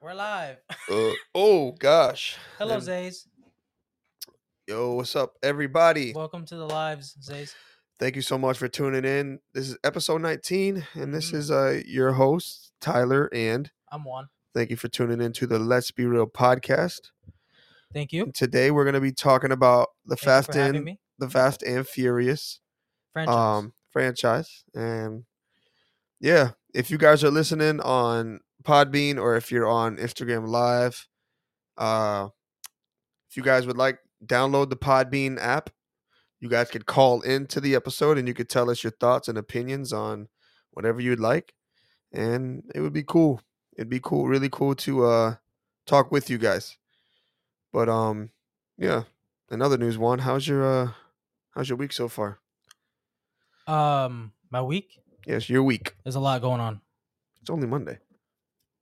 We're live. Uh, oh gosh. Hello, And- Zays. Yo, what's up, everybody? Welcome to the lives, Zays. Thank you so much for tuning in. This is episode 19, and this Mhm. is uh your host Tyler. And I'm Juan. thank you for tuning in to the Let's Be Real podcast. Thank you. And today we're gonna be talking about the Thank you Fast for having and me. the Fast and Furious Franchise. um franchise, and yeah, if you guys are listening on Podbean or if you're on Instagram Live, uh, if you guys would like download the Podbean app you guys could call into the episode and you could tell us your thoughts and opinions on whatever you'd like and it would be cool it'd be cool really cool to uh talk with you guys but um yeah another news one how's your uh how's your week so far um, my week. yes your week There's a lot going on. it's only monday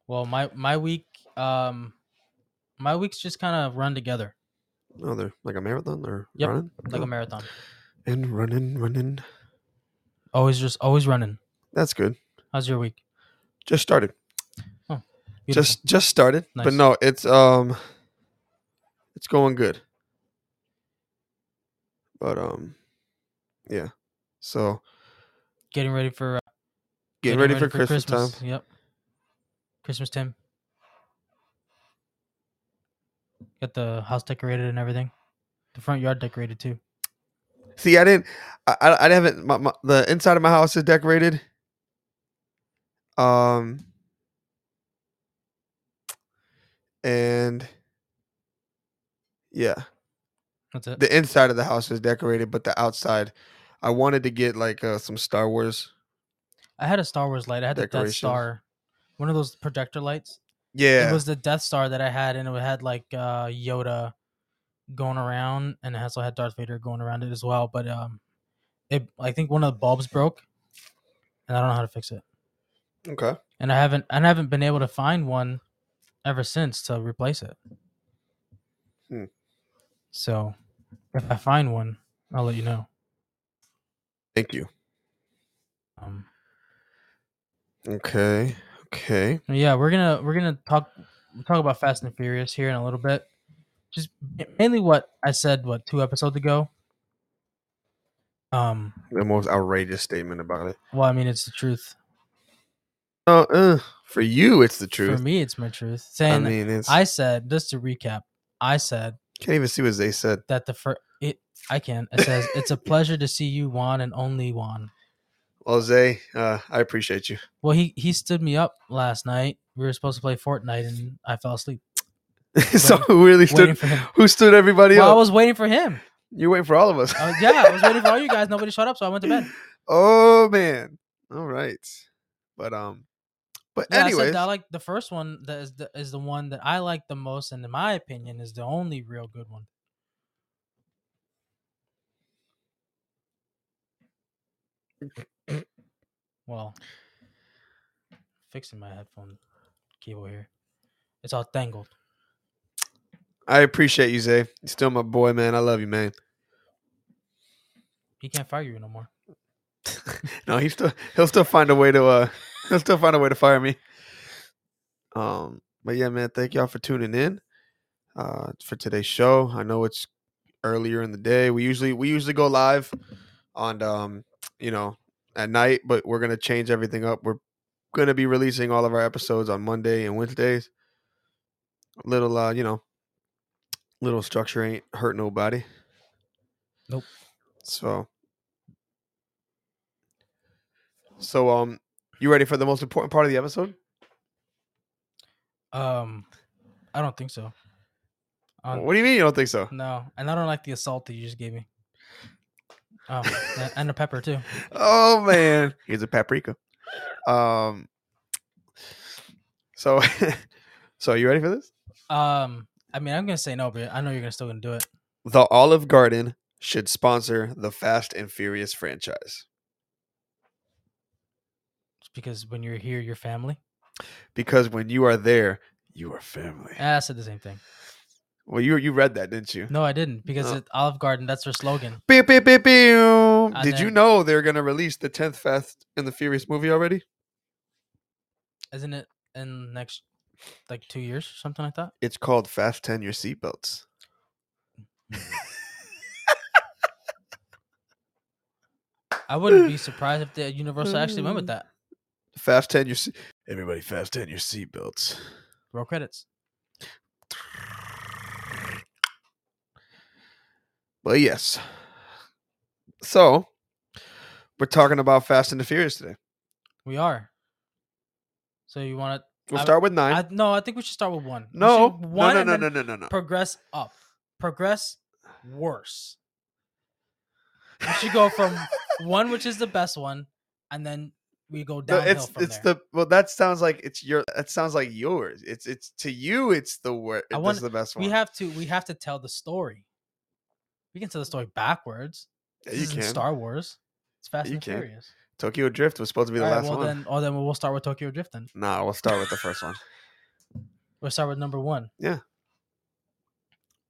Well, my my week. Um, my weeks just kind of run together another like a marathon or Yep, running like a Oh, marathon. and running running Always just always running. that's good How's your week? just started Beautiful. just just started but Nice. no it's um it's going good but um yeah so getting ready for uh, getting ready, for, christmas, time Yep. Christmas time. Got the house decorated and everything. The front yard decorated too. see i didn't i i, I haven't my, my, the inside of my house is decorated um and yeah That's it. the inside of the house is decorated but the outside i wanted to get like uh, some star wars I had a Star Wars light. I had the Death Decorations. Star, one of those projector lights. yeah It was the Death Star that I had, and it had like uh, Yoda going around, and it also had Darth Vader going around it as well. But um, it I think one of the bulbs broke, and I don't know how to fix it. okay And I haven't and I haven't been able to find one ever since to replace it. Hmm. So if I find one, I'll let you know. thank you Um, okay okay Yeah, we're gonna we're gonna talk talk about Fast and Furious here in a little bit. Just mainly what I said what two episodes ago. Um. the most outrageous statement about it Well, I mean, it's the truth. uh, uh for you it's the truth For me, it's my truth. i Saying I, mean it's said just to recap, I said can't even see what they said that the first it I can it says it's a pleasure to see you, Juan, and only Juan. well zay uh i appreciate you Well, he he stood me up last night. We were supposed to play Fortnite, and I fell asleep so who really waiting stood for him. who stood everybody Well, I up was waiting for him. you wait for all of us I was- yeah, I was waiting for all you guys. Nobody showed up, so I went to bed. oh man all right but um but Yeah, I anyways said I like the first one that is the, is the one that I like the most, and in my opinion, is the only real good one. well, fixing my headphone cable here. It's all tangled. i appreciate you zay you're still my boy man i love you man He can't fire you no more. No, he still he'll still find a way to uh he'll still find a way to fire me. Um but yeah, man, thank y'all for tuning in uh for today's show. I know it's earlier in the day. We usually we usually go live on um you know at night, but we're gonna change everything up. We're gonna be releasing all of our episodes on Monday and Wednesdays. Little uh, you know, little structure ain't hurt nobody. Nope. So So um you ready for the most important part of the episode? Um, I don't think so. Um, what do you mean you don't think so? no, and I don't like the assault that you just gave me. Oh, and- and the pepper too. Oh man. Here's a paprika. Um so so you ready for this? Um, I mean, I'm gonna say no, but I know you're gonna still gonna do it. The Olive Garden should sponsor the Fast and Furious franchise It's because when you're here, you're family. because when you are there, you are family. Ah, I said the same thing. Well, you you read that, didn't you? No, I didn't because No. it, Olive Garden. That's their slogan. Pew, pew, pew, pew. And Did you then- know they're gonna release the tenth Fast and the Furious movie already? Isn't it in next like two years or something like that. It's called fast ten your seatbelts. I wouldn't be surprised if the Universal actually went with that. Fast ten your se- everybody fast ten your seatbelts. Roll credits. But yes. So we're talking about Fast and the Furious today. We are. So you want to? We'll I- start with nine. I, no, I think we should start with one. We no, should no, one no, and no, then no, no, no, no. Progress up. Progress worse. We should go from one, which is the best one, and then we go No, downhill it's from it's there. the well. That sounds like it's your. That sounds like yours. It's it's to you. It's the worst. I It's want- the best one. we have to. We have to tell the story. We can tell the story backwards. Yeah, This you isn't can. Star Wars. It's Fast You and the can. Furious. Tokyo Drift was supposed to be the All right, last well one. then, oh then we'll start with Tokyo Drift. Then Nah, we'll start with the first one. we'll start with number one. Yeah.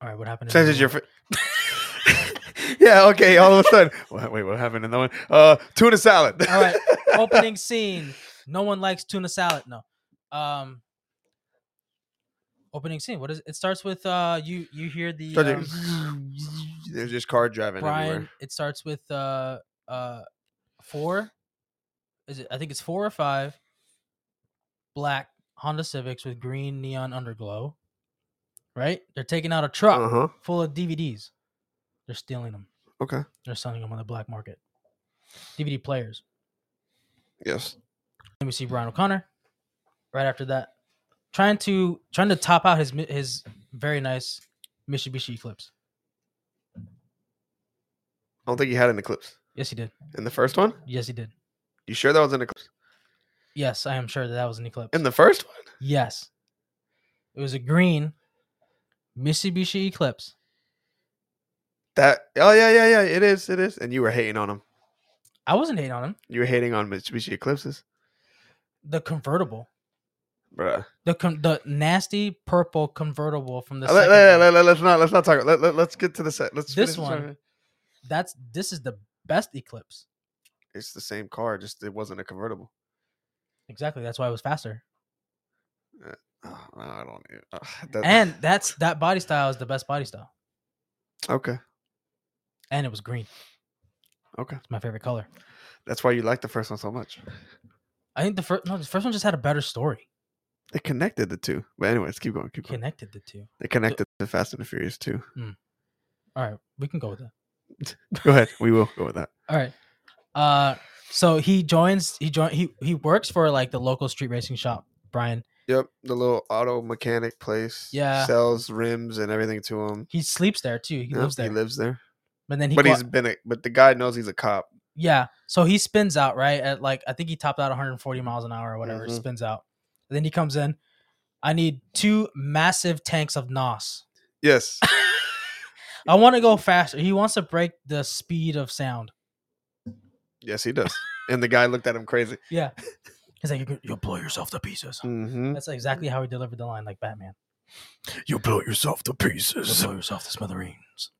All right, what happened? in Since number it's your. one? Fir- yeah. Okay. All of a sudden. Wha- Wait. What happened in that one? Uh, tuna salad. All right, opening scene. No one likes tuna salad. No. Um. Opening scene. What is it? Starts with uh. You you hear the Starts um, doing- There's just car driving Brian. everywhere. It starts with uh uh four. Is it? I think it's four or five. Black Honda Civics with green neon underglow. Right. They're taking out a truck. Uh huh. full of DVDs. They're stealing them. Okay. They're selling them on the black market. DVD players. Yes. Then we see Brian O'Connor. Right after that, trying to trying to top out his mi- his very nice Mitsubishi Eclipse. I don't think he had an eclipse Yes, he did. in the first one. Yes, he did. You sure that was an eclipse Yes, I am sure that that was an Eclipse. in the first one? yes, it was a green Mitsubishi Eclipse. That. Oh yeah, yeah, yeah. It is. It is. And you were hating on him. I wasn't hating on him. You were hating on Mitsubishi Eclipses, The convertible, bruh. the con- the nasty purple convertible from the. Uh, Let, second let- one. let- let- let's not let's not talk. Let, let, us get to the set. Let's This finish one. That's this is the best Eclipse. It's the same car, just it wasn't a convertible. Exactly. That's why it was faster. Oh, I don't. Uh, that- And that's that body style is the best body style. okay, And it was green. okay. It's my favorite color. That's why you like the first one so much. I think the first no, the first one just had a better story. It connected the two. But anyways, keep going. Keep going. Connected the two. It connected the Fast and the Furious too. All right, we can go with that. Go ahead. We will go with that. All right. Uh so he joins he join he he works for like the local street racing shop, Brian. Yep, the little auto mechanic place. Yeah. sells rims and everything to him. He sleeps there too. He Yep, lives there. He lives there. but then he but go- he's been a, but the guy knows he's a cop. Yeah. So he spins out, right? At like I think he topped out 140 miles an hour or whatever, Mhm. spins out. And then he comes in. I need two massive tanks of NOS. Yes. I want to go faster. He wants to break the speed of sound. yes, he does. And the guy looked at him crazy. Yeah. He's like, "You're gonna- you'll blow yourself to pieces. Mm-hmm. That's exactly how he delivered the line, like Batman. You blow yourself to You'll pieces. blow yourself to smithereens.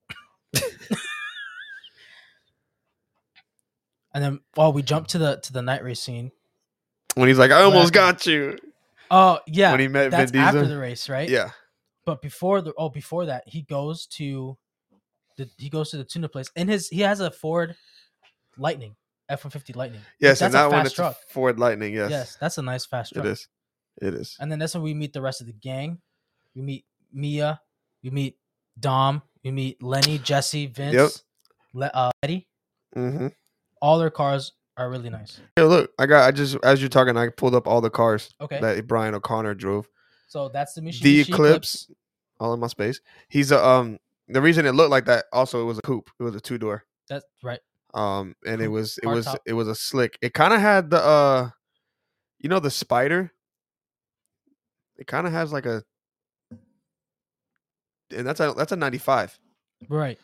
and then, while we jump to the to the night race scene. When he's like, I almost What happened? got you. Oh yeah, when he met Vin that's after the Diesel. race, right? Yeah. But before the oh, before that, he goes to the he goes to the tuna place, and his he has a Ford Lightning F one fifty Lightning. Yes, and That's a that one fast it's a truck. Ford Lightning. Yes, Yes, that's a nice fast it truck. is. It is. And then that's when we meet the rest of the gang. We meet Mia. We meet Dom. We meet Lenny, Jesse, Vince, Le- uh, Eddie. Mm-hmm. All their cars are really nice. Yo, look, I got. I just as you're talking, I pulled up all the cars Okay, that Brian O'Connor drove. so that's the Mitsubishi the Eclipse. Eclipse, all in my space. He's a um. The reason it looked like that also it was a coupe. It was a two door. That's right. Um, and it Coupe, was it was hardtop. it was a slick. It kind of had the uh, you know the spider. It kind of has like a. And that's a that's a ninety five. Right.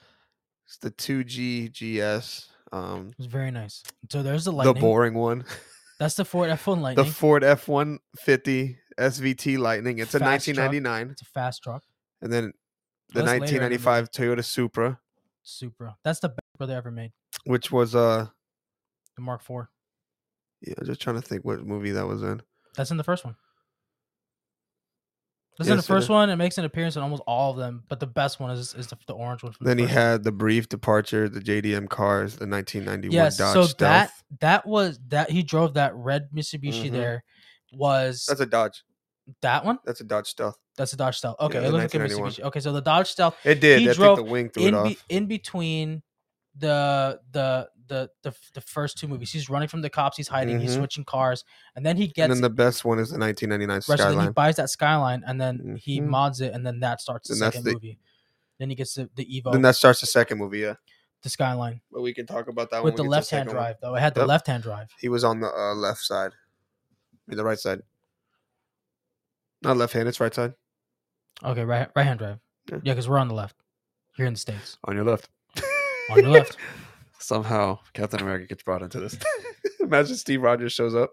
It's the two G G S. Um, It was very nice. So there's the lightning. the boring one. That's the Ford F1 the Lightning. Ford F one fifty SVT Lightning. It's a Fast nineteen truck. ninety nine, it's a fast truck. and then the That's later in the nineteen ninety five Toyota Supra, Supra. That's the best brother ever made. which was uh, The Mark IV. yeah, I'm just trying to think what movie that was in. That's in the first one. This is in the Yes, it first is. one. It makes an appearance in almost all of them, but the best one is is the, the orange one. From Then the he first one. had the brief departure, the JDM cars, the 1991 yes. Dodge So Stealth. that that was that he drove that red Mitsubishi Mhm. there was That's a Dodge. that one. That's a Dodge Stealth. That's a Dodge Stealth. Okay, Yeah, it the looks like a 1991. Mitsubishi. Okay, so the Dodge Stealth It did. He I drove think the wing threw it in off. be, in between the the the the the first two movies, he's running from the cops, he's hiding, he's Mhm. switching cars, and then he and gets then the best one is the 1999 Right, so then he Skyline. buys that skyline and then he Mhm. mods it and then that starts the Then that's second the- movie. Then he gets the, the Evo, Then that starts the second movie, yeah. the skyline But we can talk about that with the when we get to left hand second one. drive though. It had the Yep. left hand drive. He was on the uh, left side, I mean, the right side. Not left hand. It's right side Okay, right right hand drive. Yeah, Yeah. because we're on the left here in the states. on your left. On your left. Somehow Captain America gets brought into this. Imagine Steve Rogers shows up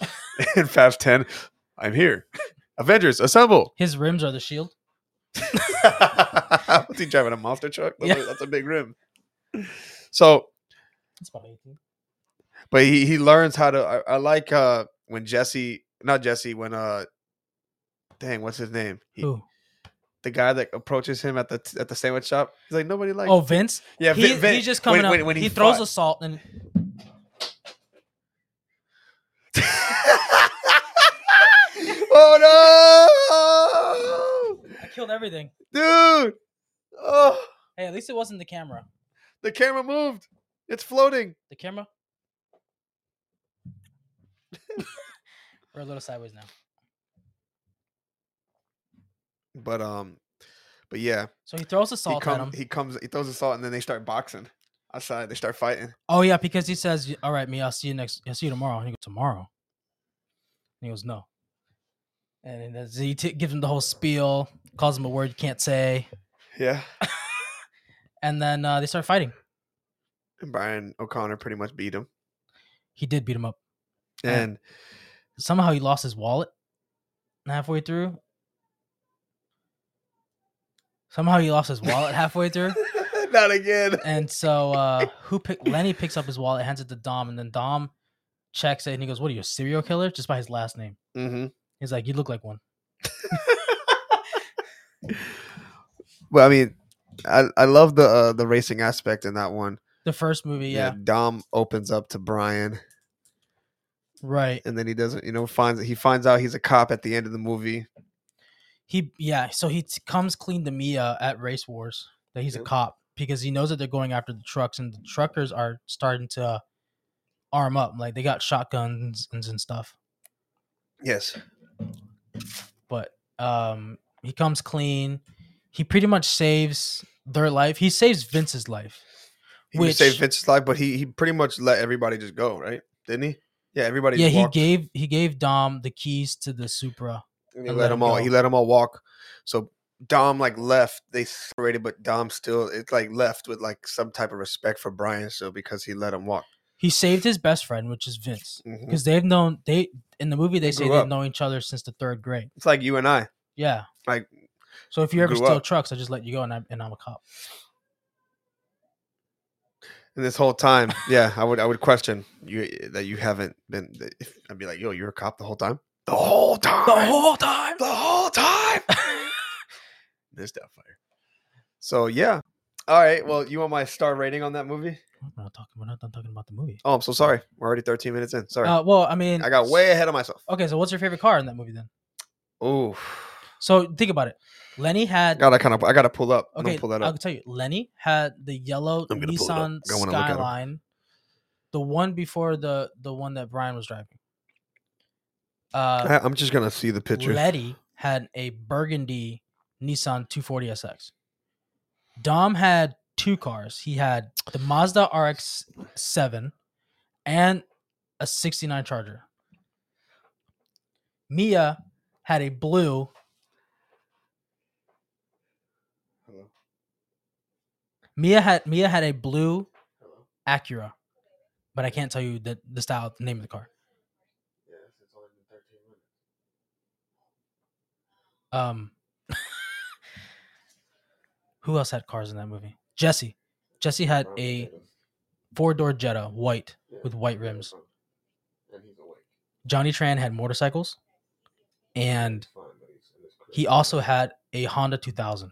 in Fast Ten. I'm here. Avengers assemble. His rims are the shield. What's he driving? A monster truck? That's, Yeah. a, that's a big rim. So, That's about eighteen. but he he learns how to. I, I like uh when Jesse, not Jesse, when uh, dang, what's his name? He- Who? the guy that approaches him at the at the sandwich shop. He's like nobody likes. oh, Vince. yeah, he, Vin- Vin- he's just coming when, up. When, when he, throws fought- a salt and oh I killed everything. no, dude! Oh, Hey, at least it wasn't the camera. the camera moved. It's floating. The camera. We're a little sideways now. But um, but yeah, So he throws a he salt at him. comes. He comes. He throws assault, and then they start boxing outside. They start fighting. Oh yeah, because he says, "Y- "All right, me, I'll see you next. I'll see you tomorrow." And he goes, "Tomorrow." And he goes, "No." And then that's- he t- gives him the whole spiel, calls him a word you can't say, Yeah, and then uh, they start fighting. and Brian O'Connor pretty much beat him. He did beat him up. Yeah. And Somehow he lost his wallet halfway through. Somehow he lost his wallet halfway through, not again. and so uh, who pick Lenny picks up his wallet, hands it to Dom, and then Dom checks it, and he goes, "What are you, a serial killer?" Just by his last name, Mm-hmm. he's like, "You look like one." Well, I mean, I I love the uh, the racing aspect in that one. The first movie, yeah. Dom opens up to Brian, right. and then he doesn't. You know, finds he finds out he's a cop at the end of the movie. He yeah, so he t- comes clean to Mia at Race Wars that he's a Yep. cop because he knows that they're going after the trucks and the truckers are starting to arm up. Like they got shotguns and and stuff. Yes, But um he comes clean. He pretty much saves their life. He saves Vince's life. he Which- saved Vince's life, but he he pretty much let everybody just go, right? Didn't he? Yeah, everybody. yeah, just walked, he gave he gave Dom the keys to the Supra. and he and let let them him all. go. He let them all walk. So Dom like left. They separated, but Dom still it's like left with like some type of respect for Brian, so because he let him walk. He saved his best friend, which is Vince. Mhm. Because they've known they in the movie they They say grew they've up. known each other since the third grade. It's like you and I. Yeah. Like, So if you ever grew steal up. trucks, I just let you go, and I'm and I'm a cop. And this whole time, yeah, I would I would question you that you haven't been. that if- I'd be like, yo, you're a cop the whole time. The whole time. whole time. The whole time. There's fire. So yeah. All right. Well, you want my star rating on that movie? We're not talking. We're not done talking about the movie. Oh, I'm so sorry. We're already 13 minutes in. Sorry, Uh, well, I mean, I got way ahead of myself. Okay, so what's your favorite car in that movie then? Ooh, So think about it. Lenny had. God, I kind of I gotta pull up. I'm okay, gonna pull that I'll up. tell you. Lenny had the yellow I'm gonna pull it up. Nissan I wanna look at 'em. Skyline, the one before the the one that Brian was driving. Uh, I, I'm just gonna see the picture. Letty had a burgundy Nissan 240SX. Dom had two cars. He had the Mazda RX-7 and a 69 Charger. Mia had a blue. Hello? Mia had Mia had a blue Acura, but I can't tell you the, the style, the name of the car. Um, who else had cars in that movie? Jesse. Jesse had a four door Jetta, white with white rims. Johnny Tran had motorcycles, and He also had a Honda 2000.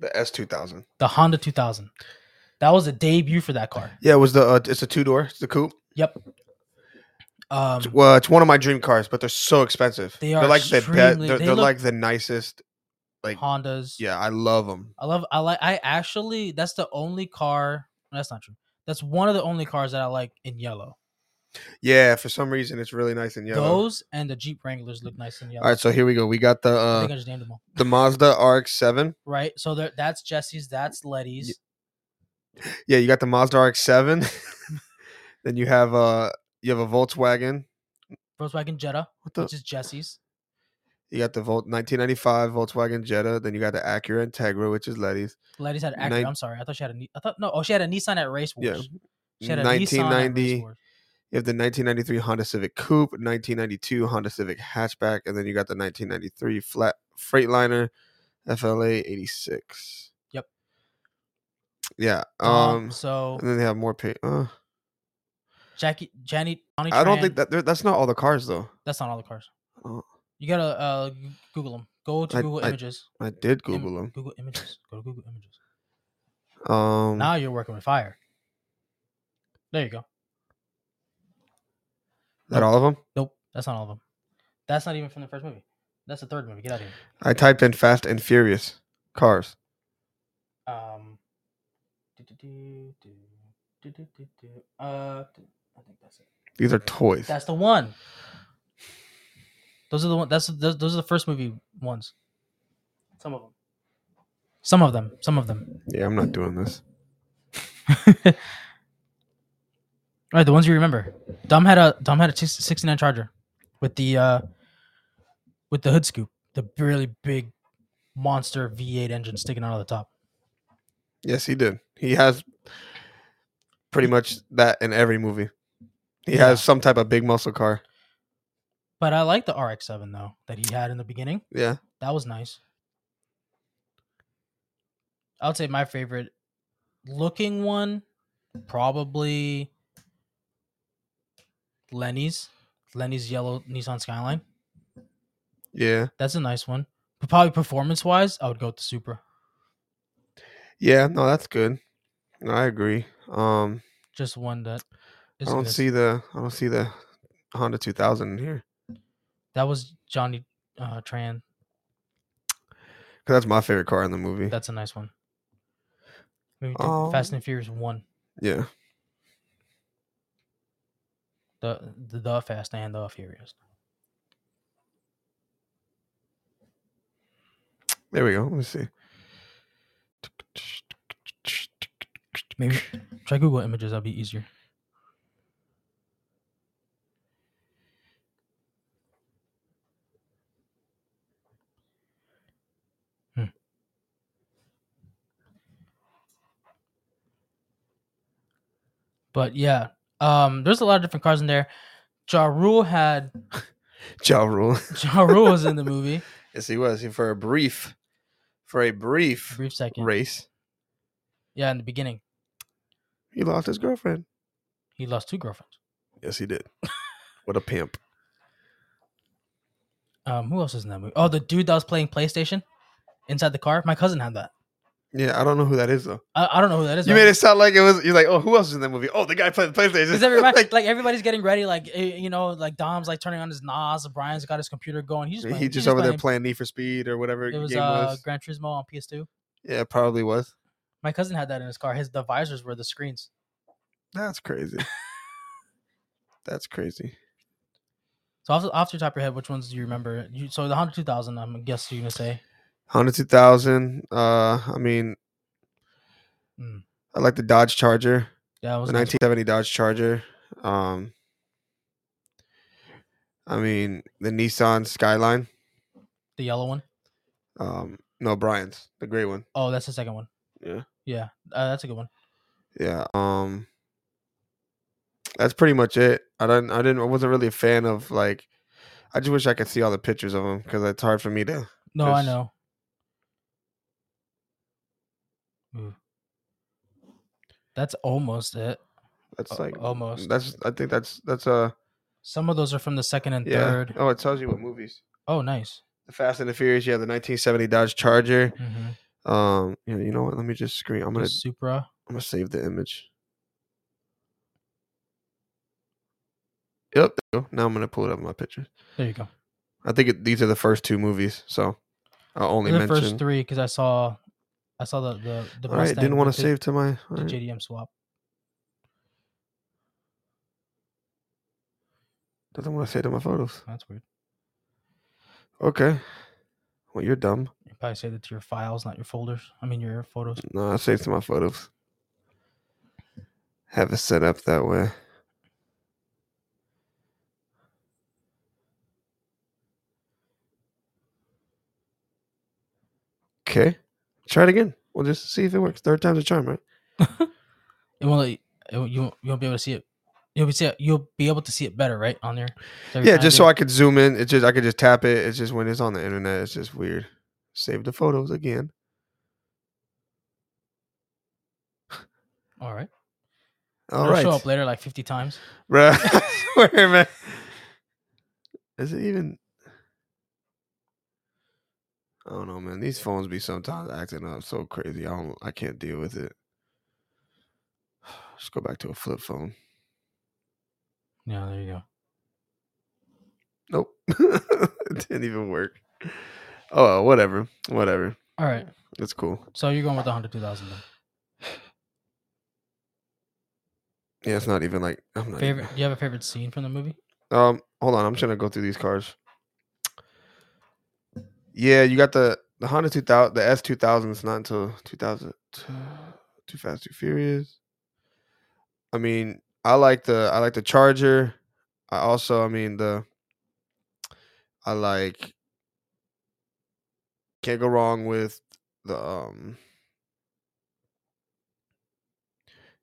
The S two thousand. The Honda 2000. That was a debut for that car. Yeah, it was the uh, it's a two door. It's the coupe. Yep. Um, It's- well, it's one of my dream cars, but they're so expensive. They They are are like the be- they're, extremely- they they're look- like the nicest. like- Hondas. Yeah, I love them. I love. I like. I actually. That's the only car. That's not true. That's one of the only cars that I like in yellow. Yeah, for some reason it's really nice and yellow. Those and the Jeep Wranglers look nice in yellow. All right, so here we go. We got the I uh, think I just named them all. the Mazda RX-7. Right. So there, that's Jesse's. That's Letty's. Yeah, you got the Mazda RX-7. then you have uh you have a Volkswagen. Volkswagen Jetta, What the? which is Jesse's. You got the Volt 1995 Volkswagen Jetta. Then you got the Acura Integra, which is Letty's. Letty's had Acura. Nin- I'm sorry. I thought she had a. Ni- I thought no. Oh, she had a Nissan at Race Wars. Yeah. She had a Nissan at 1990. Race Wars. You have the 1993 Honda Civic Coupe, 1992 Honda Civic Hatchback, and then you got the 1993 Flat Freightliner FLA 86. Yep. Yeah. Um, Um. so And then they have more pay. Uh, Jackie, Janny, Johnny. I don't Tran, think that there- that's not all the cars though. That's not all the cars. Oh. You gotta uh, g- Google them. Go to I- Google I- Images. I did Im- Google them. Google Images. Go to Google Images. Um. Now you're working with fire. There you go. is that all of them? Nope, that's not all of them. That's not even from the first movie. That's the third movie. Get out of here. I typed in Fast and Furious cars. Um, do-do-do, do, do-do-do-do. Uh, do- I think that's it. These are toys. That's the one. Those are the one. That's those, those are the first movie ones. Some of them. Some of them. Some of them. Yeah, I'm not doing this. All right, the ones you remember. Dom had a Dom had a six- 69 Charger with the uh with the hood scoop, the really big monster V8 engine sticking out of the top. Yes, he did. He has pretty much that in every movie. He Yeah. has some type of big muscle car. But I like the RX-7 though that he had in the beginning. Yeah. That was nice. I would say my favorite looking one probably Lenny's Lenny's yellow Nissan Skyline. Yeah. That's a nice one. But probably performance wise, I would go with the Supra. Yeah, no, that's good. No, I agree. Um Just one that I is don't good. see the I don't see the Honda 2000 in here. that was Johnny uh, Tran. Cuz that's my favorite car in the movie. That's a nice one. Maybe take Um, Fast and Furious one. yeah. The, the the Fast and the Furious. There we go. Let me see. Maybe try Google Images. That'll be easier. Hmm. But yeah, um, there's a lot of different cars in there. Ja Rule had Ja Rule. Ja Rule was in the movie. yes, he was. He for a brief for a brief Brief second, race. yeah, in the beginning, He lost his girlfriend. he lost two girlfriends. Yes, he did. what a pimp. Um, who else was in that movie? Oh, the dude that was playing PlayStation inside the car. My cousin had that. Yeah, I don't know who that is though. I, I don't know who that is. You right? made it sound like it was. You're like, oh, who else is in that movie? Oh, the guy playing the PlayStation. Because everybody, Like, like, everybody's getting ready, like eh, you know, like Dom's like turning on his NAS, Brian's got his computer going. He's just playing, he he's just over there playing. playing Need for Speed or whatever It was game uh, was. Gran Turismo on PS2. Yeah, it probably was. My cousin had that in his car. His the visors were the screens. That's crazy. That's crazy. So off, the- off the top of your head, which ones do you remember? You, so the Honda 2000, I'm guess you're gonna say Honda 2000. Uh, I mean, Mm. I like the Dodge Charger, that the was a nice 1970 Dodge Charger. Um, I mean, the Nissan Skyline. one. the yellow one. Um, no, Brian's the gray one. Oh, that's the second one. Yeah. yeah, uh, that's a good one. Yeah. Um That's pretty much it. I don't I didn't I wasn't really a fan of like I just wish I could see all the pictures of them cuz it's hard for me to No, I There's- know. Ooh. That's almost it. that's Al- like almost. That's I think that's that's uh Some of those are from the second and Yeah. third. Oh, it tells you what movies. Oh, nice. The Fast and the Furious. Yeah, the 1970 Dodge Charger. hmm Um, you know, you know what? Let me just screen. I'm gonna Supra. I'm gonna save the image. Yep. There we go. Now I'm gonna pull it up in my pictures. There you go. I think it, these are the first two movies, so I'll only They're the mention. first three because I saw, I saw the the the All right, Mustang didn't want with to the- save to my. all the right. JDM swap. Doesn't want to save to my photos. That's weird. Okay. Well, you're dumb. You probably saved it to your files, not your folders. I mean your photos. No, I saved to my photos. Have it set up that way. Okay. Try it again. We'll just see if it works. Third time's a charm, right? It won't. let you- It, won't- you won't- you won't be able to see it. You'll be see it, You'll be able to see it better, right, on there. yeah, just so I could zoom in. It's just I could just tap it. It's just when it's on the internet, it's just weird. Save the photos again. All right. All It'll right, Show up later like fifty times. Bruh, I swear, man. Is it even? I don't know, man. These phones be sometimes acting up so crazy. I don't. I can't deal with it. Just go back to a flip phone. Yeah, there you go. Nope, it didn't even work. Oh, well, whatever, whatever. All right. It's cool. So you're going with the hundred two thousand. Yeah, it's not even like I'm not even- Favorite? Do you have a favorite scene from the movie? Um, hold on, I'm trying to go through these cars. Yeah, you got the the Honda 2000, the S 2000 is not until 2000. Too Fast, Too Furious. I mean, I like the I like the Charger. I also, I mean the I like can't go wrong with the um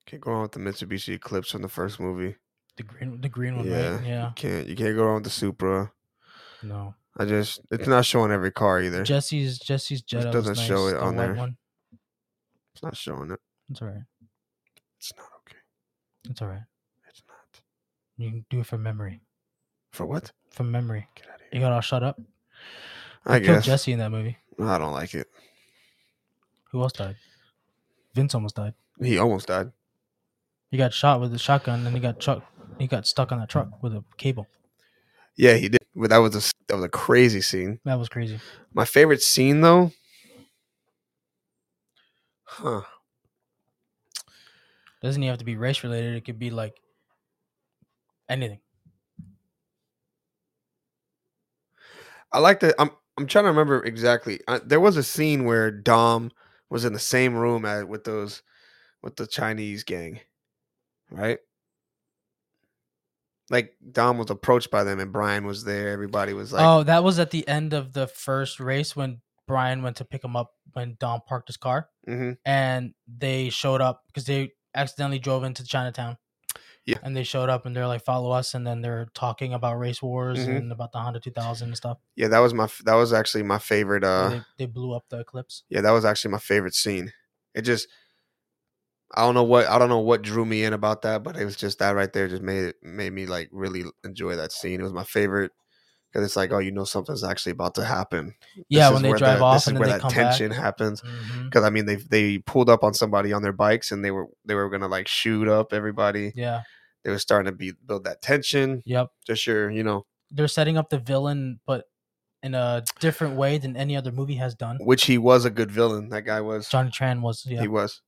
can't go wrong with the Mitsubishi Eclipse from the first movie. The green. The green one, right? Yeah. Yeah. Can't you can't go wrong with the Supra. No. I just it's not showing every car either. Jesse's Jesse's Jetta was doesn't nice. show it the on white there. one. It's not showing it. It's all right. It's not okay. It's all right. It's not. You can do it from memory. For what? From memory. Get out of You here. got all shut up. I They killed guess. Jesse in that movie. I don't like it. Who else died? Vince almost died. He almost died. He got shot with a shotgun, and he got chuck. He got stuck on that truck with a cable. Yeah, he did. But that was a s- that was a crazy scene. That was crazy. My favorite scene though. Huh. Doesn't even have to be race related. It could be like anything. I like that. I'm I'm trying to remember exactly. I, there was a scene where Dom was in the same room at, with those with the Chinese gang, right? Like Dom was approached by them, and Brian was there. Everybody was like, oh, that was at the end of the first race when Brian went to pick him up when Don parked his car, Mhm. and they showed up because they accidentally drove into Chinatown. Yeah. And they showed up and they're like, "Follow us!" And then they're talking about race wars Mhm. and about the Honda 2000 and stuff. "Yeah, that was my f- that was actually my favorite." where Uh, they, they blew up the Eclipse. yeah, that was actually my favorite scene. It just, I don't know what I don't know what drew me in about that, but it was just that right there just made it made me like really enjoy that scene. It was my favorite because it's like, oh, you know, something's actually about to happen. Yeah, This when is they where drive the- off this and then is where they that come tension back. happens. Mhm. Because I mean, they they pulled up on somebody on their bikes and they were they were gonna like shoot up everybody. Yeah. They were starting to be build that tension. Yep. Just your, you know, They're setting up the villain, but in a different way than any other movie has done. which he was a good villain. That guy was. Johnny Tran was, yeah. He was.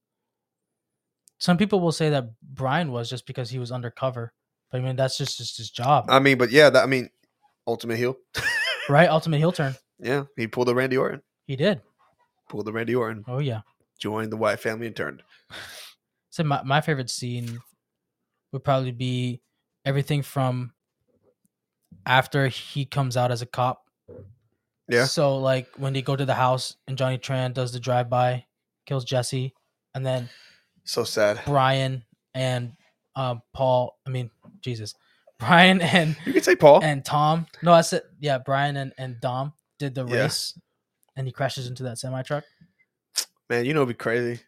Some people will say that Brian was just because he was undercover. But I mean, that's just, just his job, I mean, but yeah, that I mean, ultimate heel. right? Ultimate heel turn. Yeah, he pulled a Randy Orton. He did. pulled the Randy Orton, Oh, yeah. joined the Wyatt family, and turned. So my, my favorite scene would probably be everything from after he comes out as a cop. Yeah. So like when they go to the house and Johnny Tran does the drive by, kills Jesse, and then So sad. Brian and um, Paul. I mean, Jesus, Brian and You could say Paul. and Tom. No, I said yeah. Brian and and Dom did the Yeah. race, and he crashes into that semi truck. Man, you know, it'd be crazy.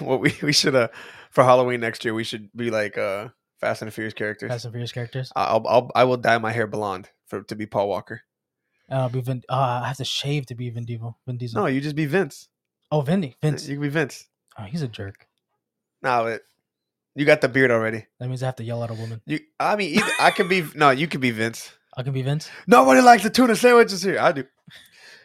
what we we should uh for Halloween next year, we should be like uh Fast and Furious characters. Fast and Furious characters. I'll, I'll I will dye my hair blonde for to be Paul Walker. Uh, be Vin, uh, I have to shave to be Vin Diesel. Vin Diesel. No, you just be Vince. oh, Vinny. Vince. You can be Vince. Oh, he's a jerk. No, it, you got the beard already. That means I have to yell at a woman. You, I mean, either, I could be no. You could be Vince. I can be Vince. Nobody likes the tuna sandwiches here. I do,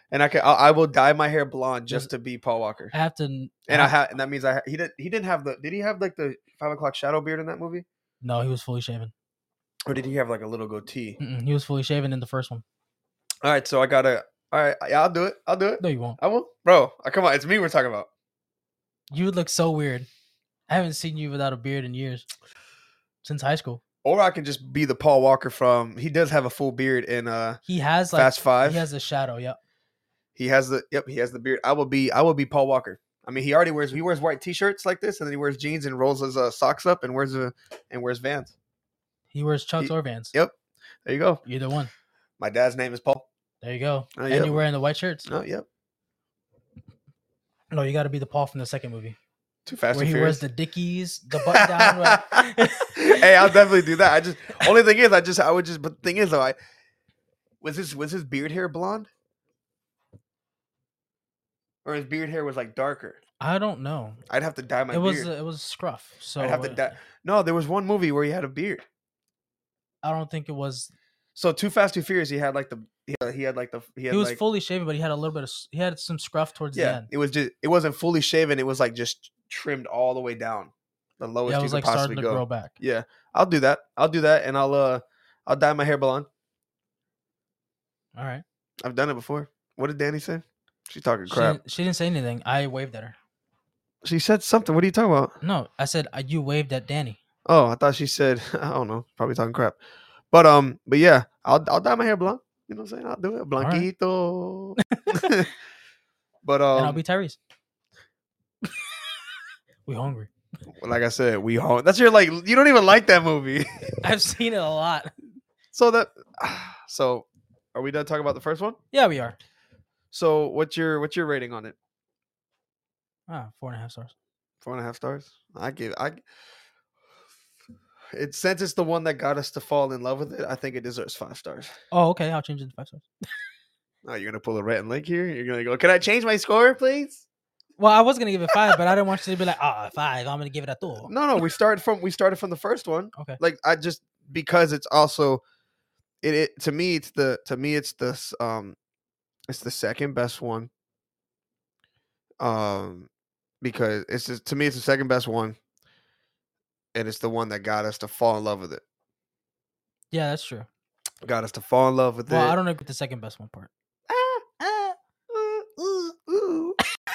and I can. I, I will dye my hair blonde just to be Paul Walker. I have to. And I have, and that means I ha- he did he didn't have the did he have like the five o'clock shadow beard in that movie No, he was fully shaven. or did he have like a little goatee? Mm-mm, he was fully shaven in the first one. All right, so I gotta. All right, yeah, I'll do it. I'll do it. No, you won't. I will, bro. I, come on, it's me we're talking about. You would look so weird. I haven't seen you without a beard in years since high school. Or I can just be the Paul Walker from. He does have a full beard in uh He has like Fast Five. he has a shadow. Yep. He has the yep. He has the beard. I will be. I will be Paul Walker. I mean, he already wears. He wears white t-shirts like this, and then he wears jeans and rolls his uh, socks up and wears a and wears Vans. He wears Chucks He- or Vans. Yep. There you go. Either one. My dad's name is Paul. There you go. Oh, and yeah. you're wearing the white shirts. Oh, yep. No, you got to be the Paul from the second movie Too fast where and he furious. wears the Dickies, the butt down. like- hey, I'll definitely do that. I just only thing is, I just I would just. But the thing is, though, I was his was his beard hair blonde, or his beard hair was like darker. I don't know. I'd have to dye my it was beard. it was scruff. So uh, I'd have to it- dye. No, there was one movie where he had a beard. I don't think it was. So Too Fast Too Furious, he had like the he had, he had like the he had He was like, fully shaven, but he had a little bit of s- he had some scruff towards the yeah. end. It was just it wasn't fully shaven. It was like just trimmed all the way down, the lowest Yeah, it you was could like starting possibly to go. grow back. Yeah, I'll do that. I'll do that, and I'll uh I'll dye my hair blonde. All right. I've done it before. What did Danny say? She's talking She crap. didn't, she didn't say anything. I waved at her. She, said something. What are you talking about? No, I said "Uh, you waved at Danny. Oh, I thought she said I don't know. Probably talking crap. But um, but yeah, I'll I'll dye my hair blonde. You know what I'm saying? I'll do it right. blanquito. but um, and I'll be Tyrese. we hungry. like I said, we home. That's your like. You don't even like that movie. I've seen it a lot. so that so, are we done talking about the first one? Yeah, we are. So what's your what's your rating on it? Ah, four and a half stars. Four and a half stars. I give I. It since it's the one that got us to fall in love with it, I think it deserves five stars. Oh, okay. I'll change it to five stars. Oh, you're gonna pull a Rhett and Link here. You're gonna go. Can I change my score, please? Well, I was gonna give it five, but I didn't want you to be like, ah, five. I'm gonna give it a two. No, no. We started from we started from the first one. Oh. Okay. Like I just because it's also, it, it to me it's the to me it's the s- um, it's the second best one. Um, because it's just, to me it's the second best one, and it's the one that got us to fall in love with it. Yeah, that's true. Got us to fall in love with Well, it. I don't agree with the second best one part.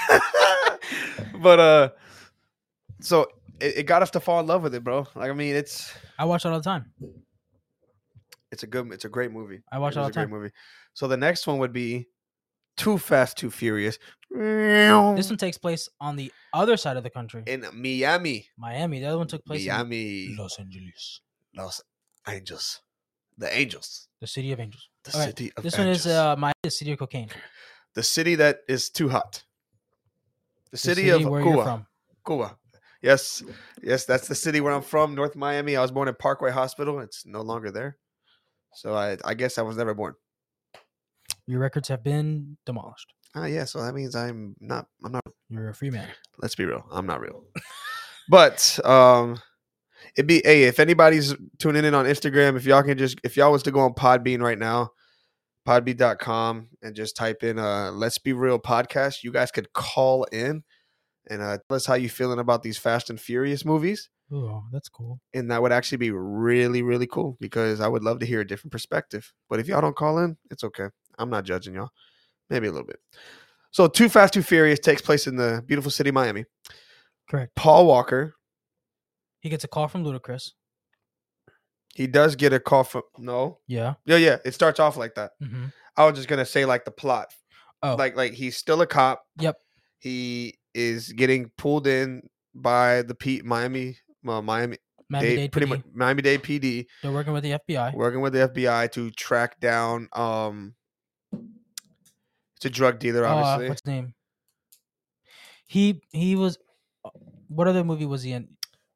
but uh so it, it got us to fall in love with it bro like i mean it's I watch it all the time. it's a good it's a great movie I watch It it all is the a great time. movie so the next one would be too fast too furious This one takes place on the other side of the country, in miami Miami. The other one took place miami in Los Angeles, los angels the angels the city of angels. the All right, city of This angels. one is uh, Miami, the city of cocaine. The the city that is too hot the city, of where Cuba. you're from. Cuba. Yes, yes, that's the city where I'm from, North Miami. I was born in Parkway Hospital. It's no longer there, so I, I guess I was never born. Your records have been demolished. Ah, yeah. So that means I'm not. I'm not. You're a free man. Let's be real. I'm not real. but um, it'd be hey, if anybody's tuning in on Instagram, if y'all can just if y'all was to go on Podbean right now, Podbean.com, and just type in uh, "Let's Be Real" podcast, you guys could call in and uh, tell us how you feeling about these Fast and Furious movies. Ooh, that's cool. and that would actually be really really cool because i would love to hear a different perspective but if y'all don't call in it's okay i'm not judging y'all maybe a little bit so too fast too furious takes place in the beautiful city of miami Correct. paul walker He gets a call from Ludacris. he does get a call from no Yeah. yeah yeah it starts off like that hmm i was just gonna say like the plot Oh. like like he's still a cop Yep. he is getting pulled in by the P- miami well, miami Miami Dade, Dade pretty PD. much miami dade pd They're working with the FBI. working with the FBI to track down um it's a drug dealer Oh, uh, obviously. what's his name? He he was. What other uh, movie was he in?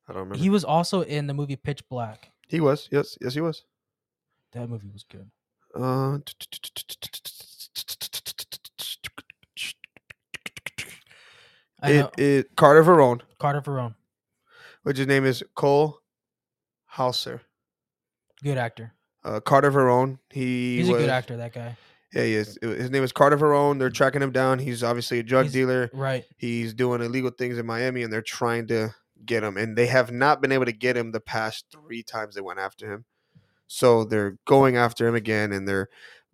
I don't remember. He He, was also in the movie Pitch Black. was. Yes, yes, he was. That movie was good. Uh, I know it, it Carter Verone, Carter Verone, which his name is Cole Hauser. good actor. Uh, Carter Verone. He He's a was- good actor. That guy, Yeah, he is. His name is Carter Verone. They're tracking him down. He's obviously a drug He's- dealer. right? He's doing illegal things in Miami, and they're trying to get him. And they have not been able to get him the past three times they went after him. So they're going after him again, and they're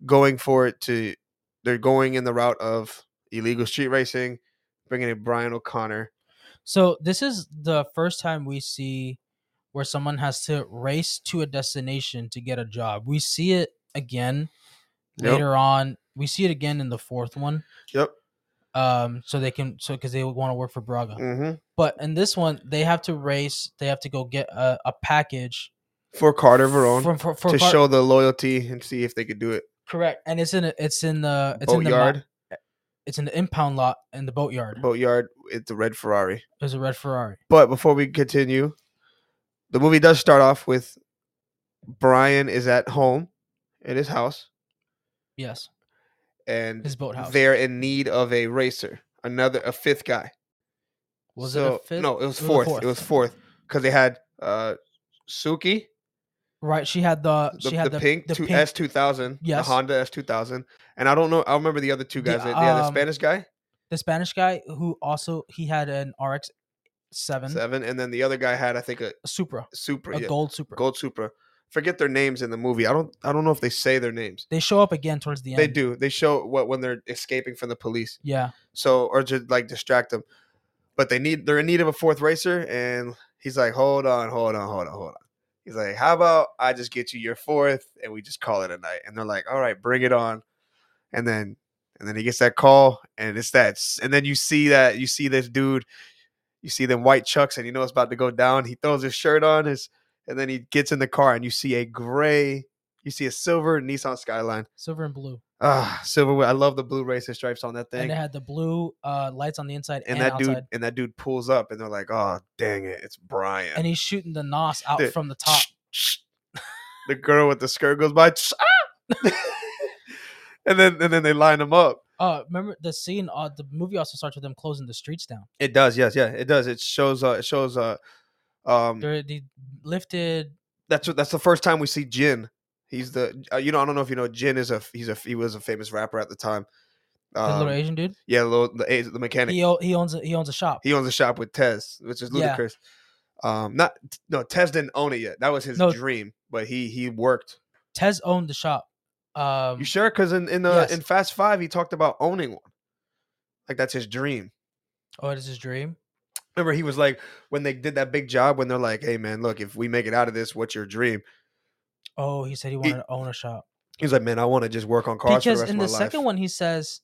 going for it to. They're going in the route of illegal street racing, bringing in Brian O'Connor. So this is the first time we see where someone has to race to a destination to get a job. We see it again Yep. later on. We see it again in the fourth one. Yep. Um, so they can so because they want to work for Braga. hmm But in this one, they have to race. They have to go get a, a package For Carter Verone from- for, for to Car- show the loyalty and see if they could do it. correct, and it's in a, it's in the it's in the boatyard, mo- it's in the impound lot in the boatyard. boatyard. It's a red Ferrari. There's a red Ferrari. But before we continue, the movie does start off with Brian is at home at his house Yes, and his boathouse. they're in need of a racer, another a fifth guy. was it So- a fifth? No, it was a fourth. It was, fourth because they had uh Suki, Right, she had the, the, she had the, the, pink the two pink S two thousand, the Yes. Honda S two thousand, and I don't know. I remember the other two The, guys. they, they had the um, Spanish guy the Spanish guy who also he had an RX seven, seven, and then the other guy had I think a a Supra, Supra, a yeah, gold Supra. Gold Supra. Forget their names in the movie. I don't. I don't know if they say their names. They show up again towards the end. They do. They show what when they're escaping from the police. Yeah, So or just like distract them. But they need they're in need of a fourth racer and he's like, "Hold on, hold on, hold on, hold on." He's like, "How about I just get you your fourth and we just call it a night?" And they're like, "All right, bring it on." And then and then he gets that call and it's that s- and then you see that you see this dude you see them white chucks and you know it's about to go down. He throws his shirt on his and then he gets in the car and you see a gray you see a silver Nissan Skyline silver and blue, Ah, silverware. I love the blue racer stripes on that thing. and it And, had the blue uh, lights on the inside and, that outside. dude and that dude pulls up and they're like, "Oh, dang it, it's Brian." And he's shooting the nos out The- from the top. the girl with the skirt goes by. "Ah!" and then and then they line them up. Uh, remember the scene? Uh, the movie also starts with them closing the streets down. It does. Yes, yeah, it does. It shows uh it shows uh um They're, they lifted. that's what that's the first time we see Jin. He's the uh, you know, I don't know if you know Jin is a he's a he was a famous rapper at the time. The Um, little Asian dude. yeah, the little, the, the mechanic. He, o- he owns a, he owns a shop. he owns a shop with Tez, which is Yeah. ludicrous. Um, not no, Tez didn't own it yet. That was his No. dream, but he he worked. Tez owned the shop. Um, You sure? Because in in uh, yes. in Fast Five, he talked about owning one. Like that's his dream. oh, it is his dream. Remember, he was like when they did that big job when they're like, "Hey man, look, if we make it out of this, what's your dream?" Oh, he said he wanted to own a shop He's like, "Man, I want to just work on cars because for the rest in of my the second life." one he says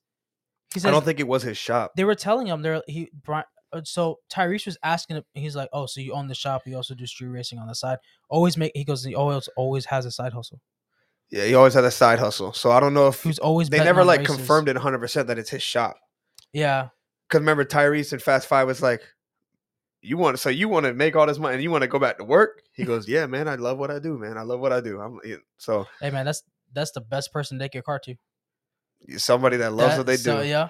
he I says don't think it was his shop. they were telling him they're he Brian, so Tyrese was asking him he's like oh so you own the shop you also do street racing on the side always make he goes he always always has a side hustle yeah, he always had a side hustle, so I don't know if who's always they never like confirmed it 100 percent that it's his shop. yeah because remember Tyrese in Fast Five was like, "You want so you want to make all this money and you want to go back to work?" He goes, "Yeah, man, I love what I do, man. I love what I do." I'm yeah." so hey man that's that's the best person to take your car to somebody that loves That- what they so, do. yeah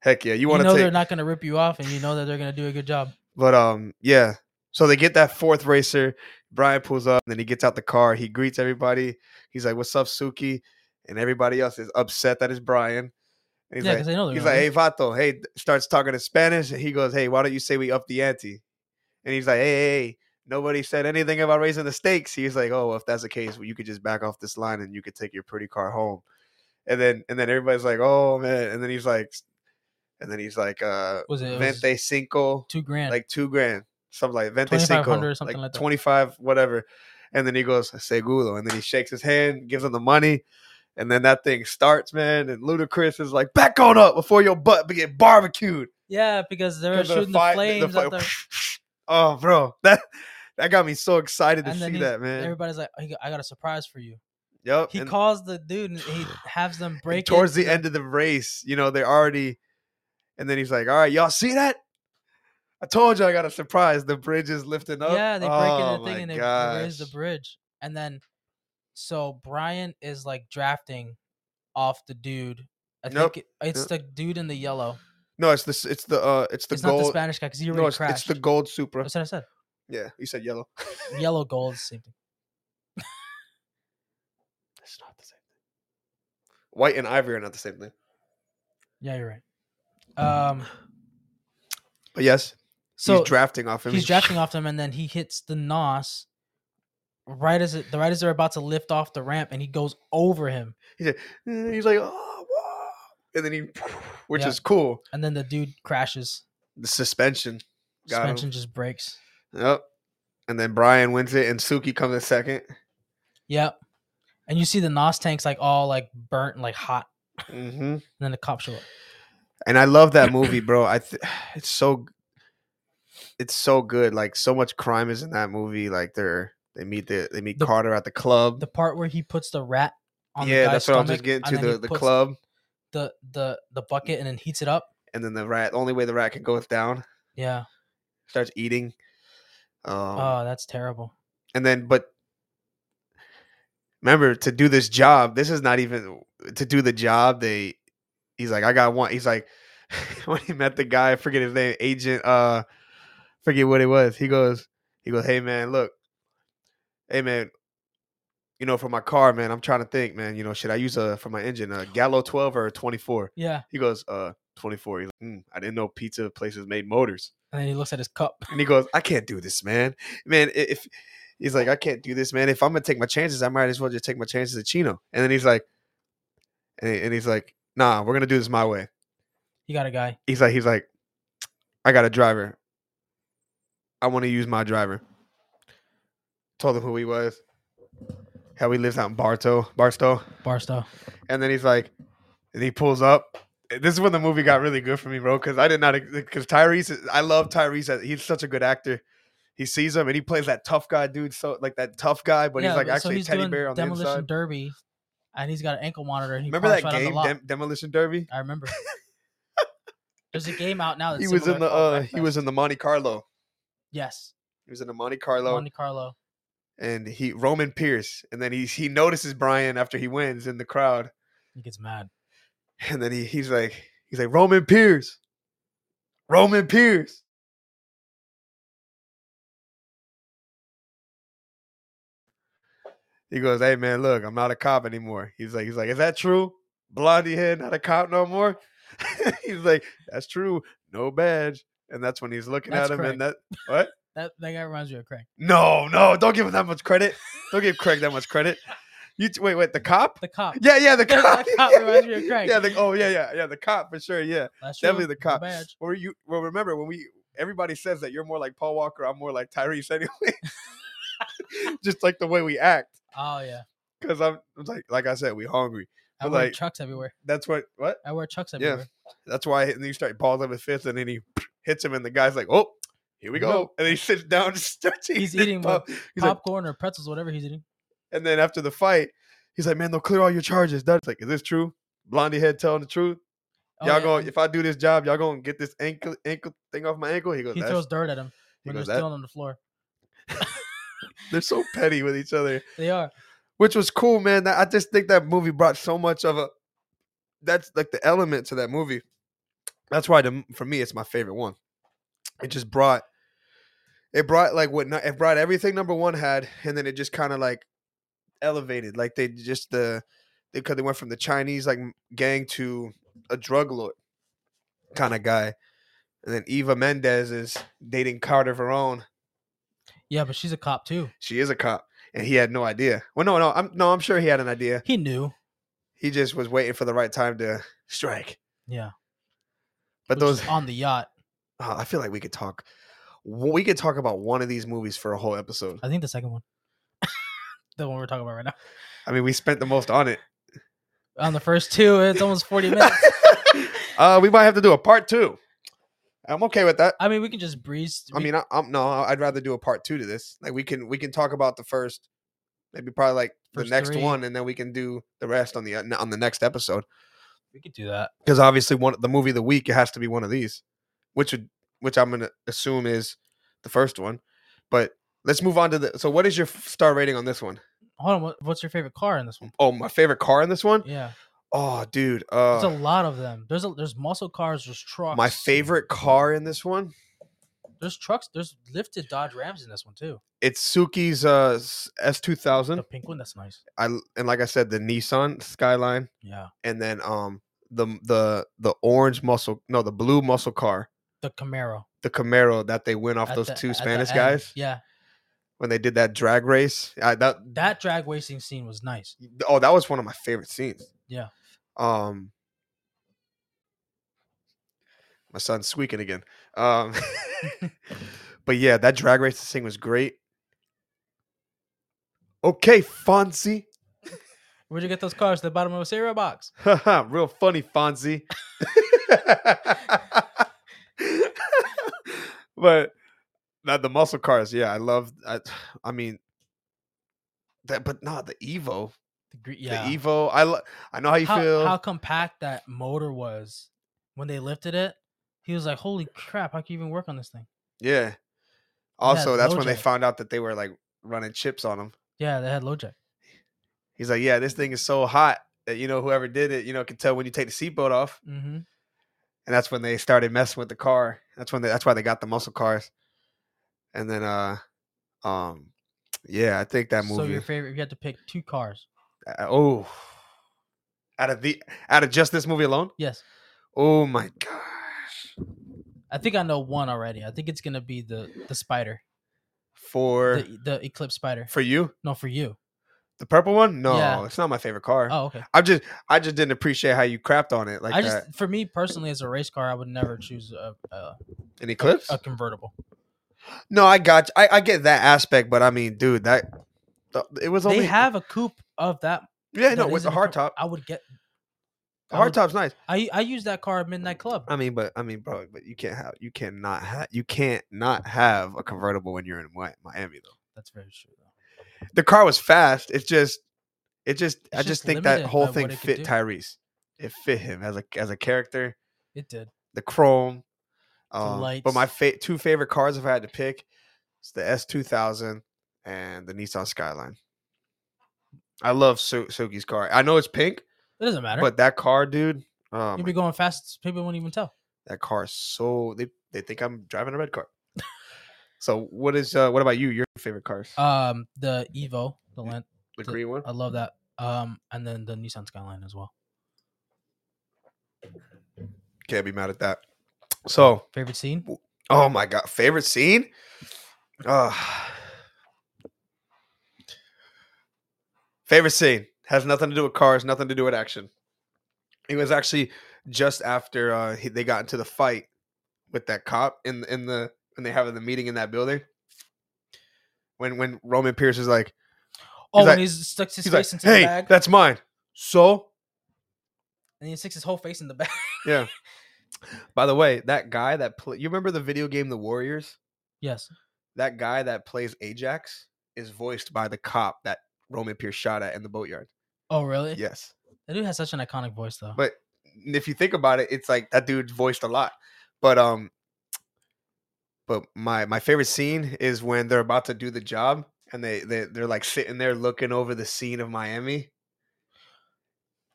Heck yeah, you you, want know to they're take, not gonna rip you off and you know that they're gonna do a good job but um, yeah. So they get that fourth racer. Brian pulls up, and then he gets out the car. He greets everybody. He's like, "What's up, Suki?" And everybody else is upset that it's Brian. And he's yeah like, because they know they're He's gonna like, hey, win. Vato, hey, starts talking in Spanish. And he goes, hey, why don't you say we up the ante? And he's like, hey, hey, hey, nobody said anything about raising the stakes. He's like, oh, well, if that's the case, well, you could just back off this line and you could take your pretty car home. And then and then everybody's like, oh, man. And then he's like, and then he's like, uh, was it, it was Vente Cinco, two grand like two grand, something like Vente 2500 Cinco, or something like that. 25, whatever. And then he goes, Segudo. And then he shakes his hand, gives him the money. And then that thing starts, man. And Ludacris is like, back on up before your butt be get barbecued. yeah because they were 'Cause of shooting the, fi- flames fi- out there. Oh, bro. That that got me so excited to And then see he's- that, man. everybody's like "I got- i got a surprise for you yep. he and- calls the dude and he has them and break towards it. the end of the race, you know, they're already. And then he's like, all right, y'all see that? I told you I got a surprise. The bridge is lifting up. Yeah, they break oh, into the thing and my they gosh. they raise the bridge. And then, so Brian is like drafting off the dude. I Nope. think it- it's Nope. the dude in the yellow. No, it's this. It's the. Uh, it's the it's not the gold. Spanish guy because he already no, it's, it's crashed. the gold Supra. That's what I said. Yeah, you said yellow. Yellow gold, same thing. It's not the same thing. White and ivory are not the same thing. Yeah, you're right. Um, But yes, so he's drafting off him. he's drafting off them, and then he hits the nos right as it, the right as they're about to lift off the ramp, and he goes over him, He's like, oh, wow. and then he, which Yeah. is cool. and then the dude crashes. The suspension. Got him. suspension just breaks. Yep. And then Brian wins it, and Suki comes in second. Yep. And you see the nos tanks like all like burnt and like hot, hmm and then the cops show up. and I love that movie, bro. I th- it's so it's so good. Like so much crime is in that movie. Like they're they meet the they meet The- Carter at the club. The part where he puts the rat on the yeah, guy's that's what stomach, I'm just getting and to then the he the puts club, the the the bucket, and then heats it up. and then the rat. Only way the rat can go is down. Yeah. Starts eating. Um, oh, that's terrible. and then but remember to do this job this is not even to do the job they he's like i got one he's like when he met the guy i forget his name agent uh forget what it was he goes he goes hey man look hey man you know for my car man i'm trying to think man you know should i use a for my engine a gallo 12 or a 24 Yeah. he goes uh 24 he's like, "Mm, i didn't know pizza places made motors And then he looks at his cup. and he goes, I can't do this, man. Man, i- if he's like, I can't do this, man. If I'm gonna take my chances, I might as well just take my chances at Chino. And then he's like, and, he- and he's like, Nah, we're gonna do this my way. You got a guy. He's like, he's like, I got a driver. I want to use my driver. Told him who he was. How he lives out in Bartow, Barstow. Barstow. And then he's like, and he pulls up. This is when the movie got really good for me, bro, because I did not because Tyrese. is- I love Tyrese. He's such a good actor. He sees him and he plays that tough guy dude, so like that tough guy, but he's like so actually a he's teddy doing bear on the demolition inside. derby, and he's got an ankle monitor. And he Remember parks that right on the game, lot. Dem- Demolition Derby? I remember. There's a game out now. That's He was similar in the called uh, Wreck he was Fest. in the Monte Carlo. yes, He was in the Monte Carlo, Monte Carlo. and he Roman Pierce, and then he he notices Brian after he wins in the crowd, He gets mad. and then he he's like he's like Roman Pierce, Roman Pierce. He goes, "Hey man, look, I'm not a cop anymore." He's like, "He's like, is that true? Blondie head, not a cop no more." he's like, "That's true, no badge." And that's when he's looking That's at him, Craig. and that what? That that guy reminds me of Craig. No, no, don't give him that much credit. Don't give Craig that much credit. You t- wait, wait, the cop? The cop. Yeah, yeah, the The cop. cop yeah, reminds me of Craig. Yeah, the, oh yeah, yeah, yeah, the cop for sure. Yeah, That's true. definitely the No cop. badge. Or you? Well, remember when we? Everybody says that you're more like Paul Walker. I'm more like Tyrese anyway. Just like the way we act, Oh yeah. because I'm, I'm like, like I said, we hungry. I But, wear like- chucks everywhere. That's what. What? I wear chucks Yeah. everywhere. That's why. And then you start balls up his fist, and then he hits him, and the guy's like, "Oh, here we go," Nope. and he sits down, and starts He's his eating pop- He's like, Popcorn or pretzels, whatever he's eating. And then after the fight, he's like, "Man, they'll clear all your charges." That's like, is this true? Blondie head telling the truth. Oh, y'all yeah, going and if I do this job, y'all gonna get this ankle ankle thing off my ankle. He goes, he "That's- throws dirt at him he when they're goes, "That- still on the floor. they're so petty with each other, They are. which was cool, man. That- I just think that movie brought so much of a that's like the element to that movie. That's why the, m- for me it's my favorite one. It just brought it brought like what no- it brought everything number one had, and then it just kind of like elevated. Like they just the because they went from the Chinese like m- gang to a drug lord kind of guy. And then Eva Mendez is dating Carter Verone. Yeah, but she's a cop too. She is a cop, and he had no idea. Well, no, no, I'm no, I'm sure he had an idea. He knew. He just was waiting for the right time to strike. Yeah. But which is those, on the yacht. oh, I feel like we could talk. We could talk about one of these movies for a whole episode. I think the second one. the one we're talking about right now. I mean, we spent the most on it. On the first two, it's almost forty minutes. uh, we might have to do a part two. I'm okay with that. I mean, we can just breeze. I we- mean, I, I'm no, I'd rather do a part two to this. Like we can we can talk about the first, maybe probably like First the next three. one, and then we can do the rest on the uh, on the next episode. we could do that. because obviously one the movie of the week it has to be one of these, which would which I'm gonna assume is the first one. But let's move on to the. So, what is your f- star rating on this one? Hold on, what, what's your favorite car in this one? Oh, my favorite car in this one. Yeah, Oh, dude. Uh, there's a lot of them. There's a, there's muscle cars, there's trucks. my favorite car in this one. There's trucks. There's lifted Dodge Rams in this one too. It's Suki's uh, S two The thousand. pink one, that's nice. I and like I said, the Nissan Skyline, Yeah, and then um the the the orange muscle, no, the blue muscle car, the Camaro. the Camaro that they win off at those the- two at the Spanish end. guys Yeah, when they did that drag race. I, that that drag racing scene was nice. oh, that was one of my favorite scenes. Yeah. Um. My son's squeaking again. Um. but yeah, that drag race thing was great. Okay, Fonzie. Where'd you get those cars? The bottom of a cereal box. Haha, Real funny, Fonzie. but now the muscle cars, yeah, I love. I, I mean, that, but not the Evo. The gre- yeah. The Evo, I lo- I know how you how, feel. how compact that motor was when they lifted it. He was like, "Holy crap! How can you even work on this thing?" yeah. Also, that's when they LoJack. found out that they were like running chips on him. Yeah, they had low jack. He's like, yeah, this Mm. thing is so hot that you know whoever did it, you know, can tell when you take the seatbelt off. hmm and that's when they started messing with the car. That's when they, that's why they got the muscle cars. And then uh um yeah, I think that So movie your favorite? If you had to pick two cars, uh, oh out of the out of just this movie alone? yes, Oh my gosh. I think I know one already. I think it's gonna be the the spider, For the, the eclipse spider. for you? No, for you. The purple one? No, Yeah. it's not my favorite car. Oh, okay. I just I just didn't appreciate how you crapped on it like I that. just, for me personally, as a race car, I would never choose a a, An eclipse? a convertible. Uh, no, I got you. I, I get that aspect, but I mean, dude, that it was only They have a coupe of that. yeah, no, that with the isn't a hard cou- top. I would get. The I hard would- top's nice. I I use that car at Midnight Club. I mean, but I mean, bro, but you can't have, you cannot have, you can't not have a convertible when you're in Mi- Miami though. That's very true. Though. The car was fast. It's just, it just, I It's just just think that limited whole by thing what it could fit do. Tyrese. It fit him as a as a character. It did. The chrome, um, but my lights. fa- two favorite cars if I had to pick, it's the S two thousand and the Nissan Skyline. I love Su- Suki's car. I know it's pink, It doesn't matter. but that car, dude. Um, You'll be going fast. People won't even tell. That car is so they they think I'm driving a red car. so what is uh what about you? Your favorite cars? Um, the Evo, the Yeah. Lent, the the- green one. I love that. Um, and then the Nissan Skyline as well. Can't be mad at that. So Favorite scene? oh my god, favorite scene? Uh favorite scene has nothing to do with cars, nothing to do with action. It was actually just after uh he, they got into the fight with that cop in in the when they have the meeting in that building. When when Roman Pierce is like Oh, like- and he sticks his He's face like, into hey, the bag, that's mine. So, and he sticks his whole face in the bag. yeah. By the way, that guy that pl- you remember the video game The Warriors? yes, That guy that plays Ajax is voiced by the cop that Roman Pierce shot at in the boatyard. Oh, really? Yes, That dude has such an iconic voice, though. but if you think about it, it's like that dude's voiced a lot. But um, but my my favorite scene is when they're about to do the job and they they they're like sitting there looking over the scene of Miami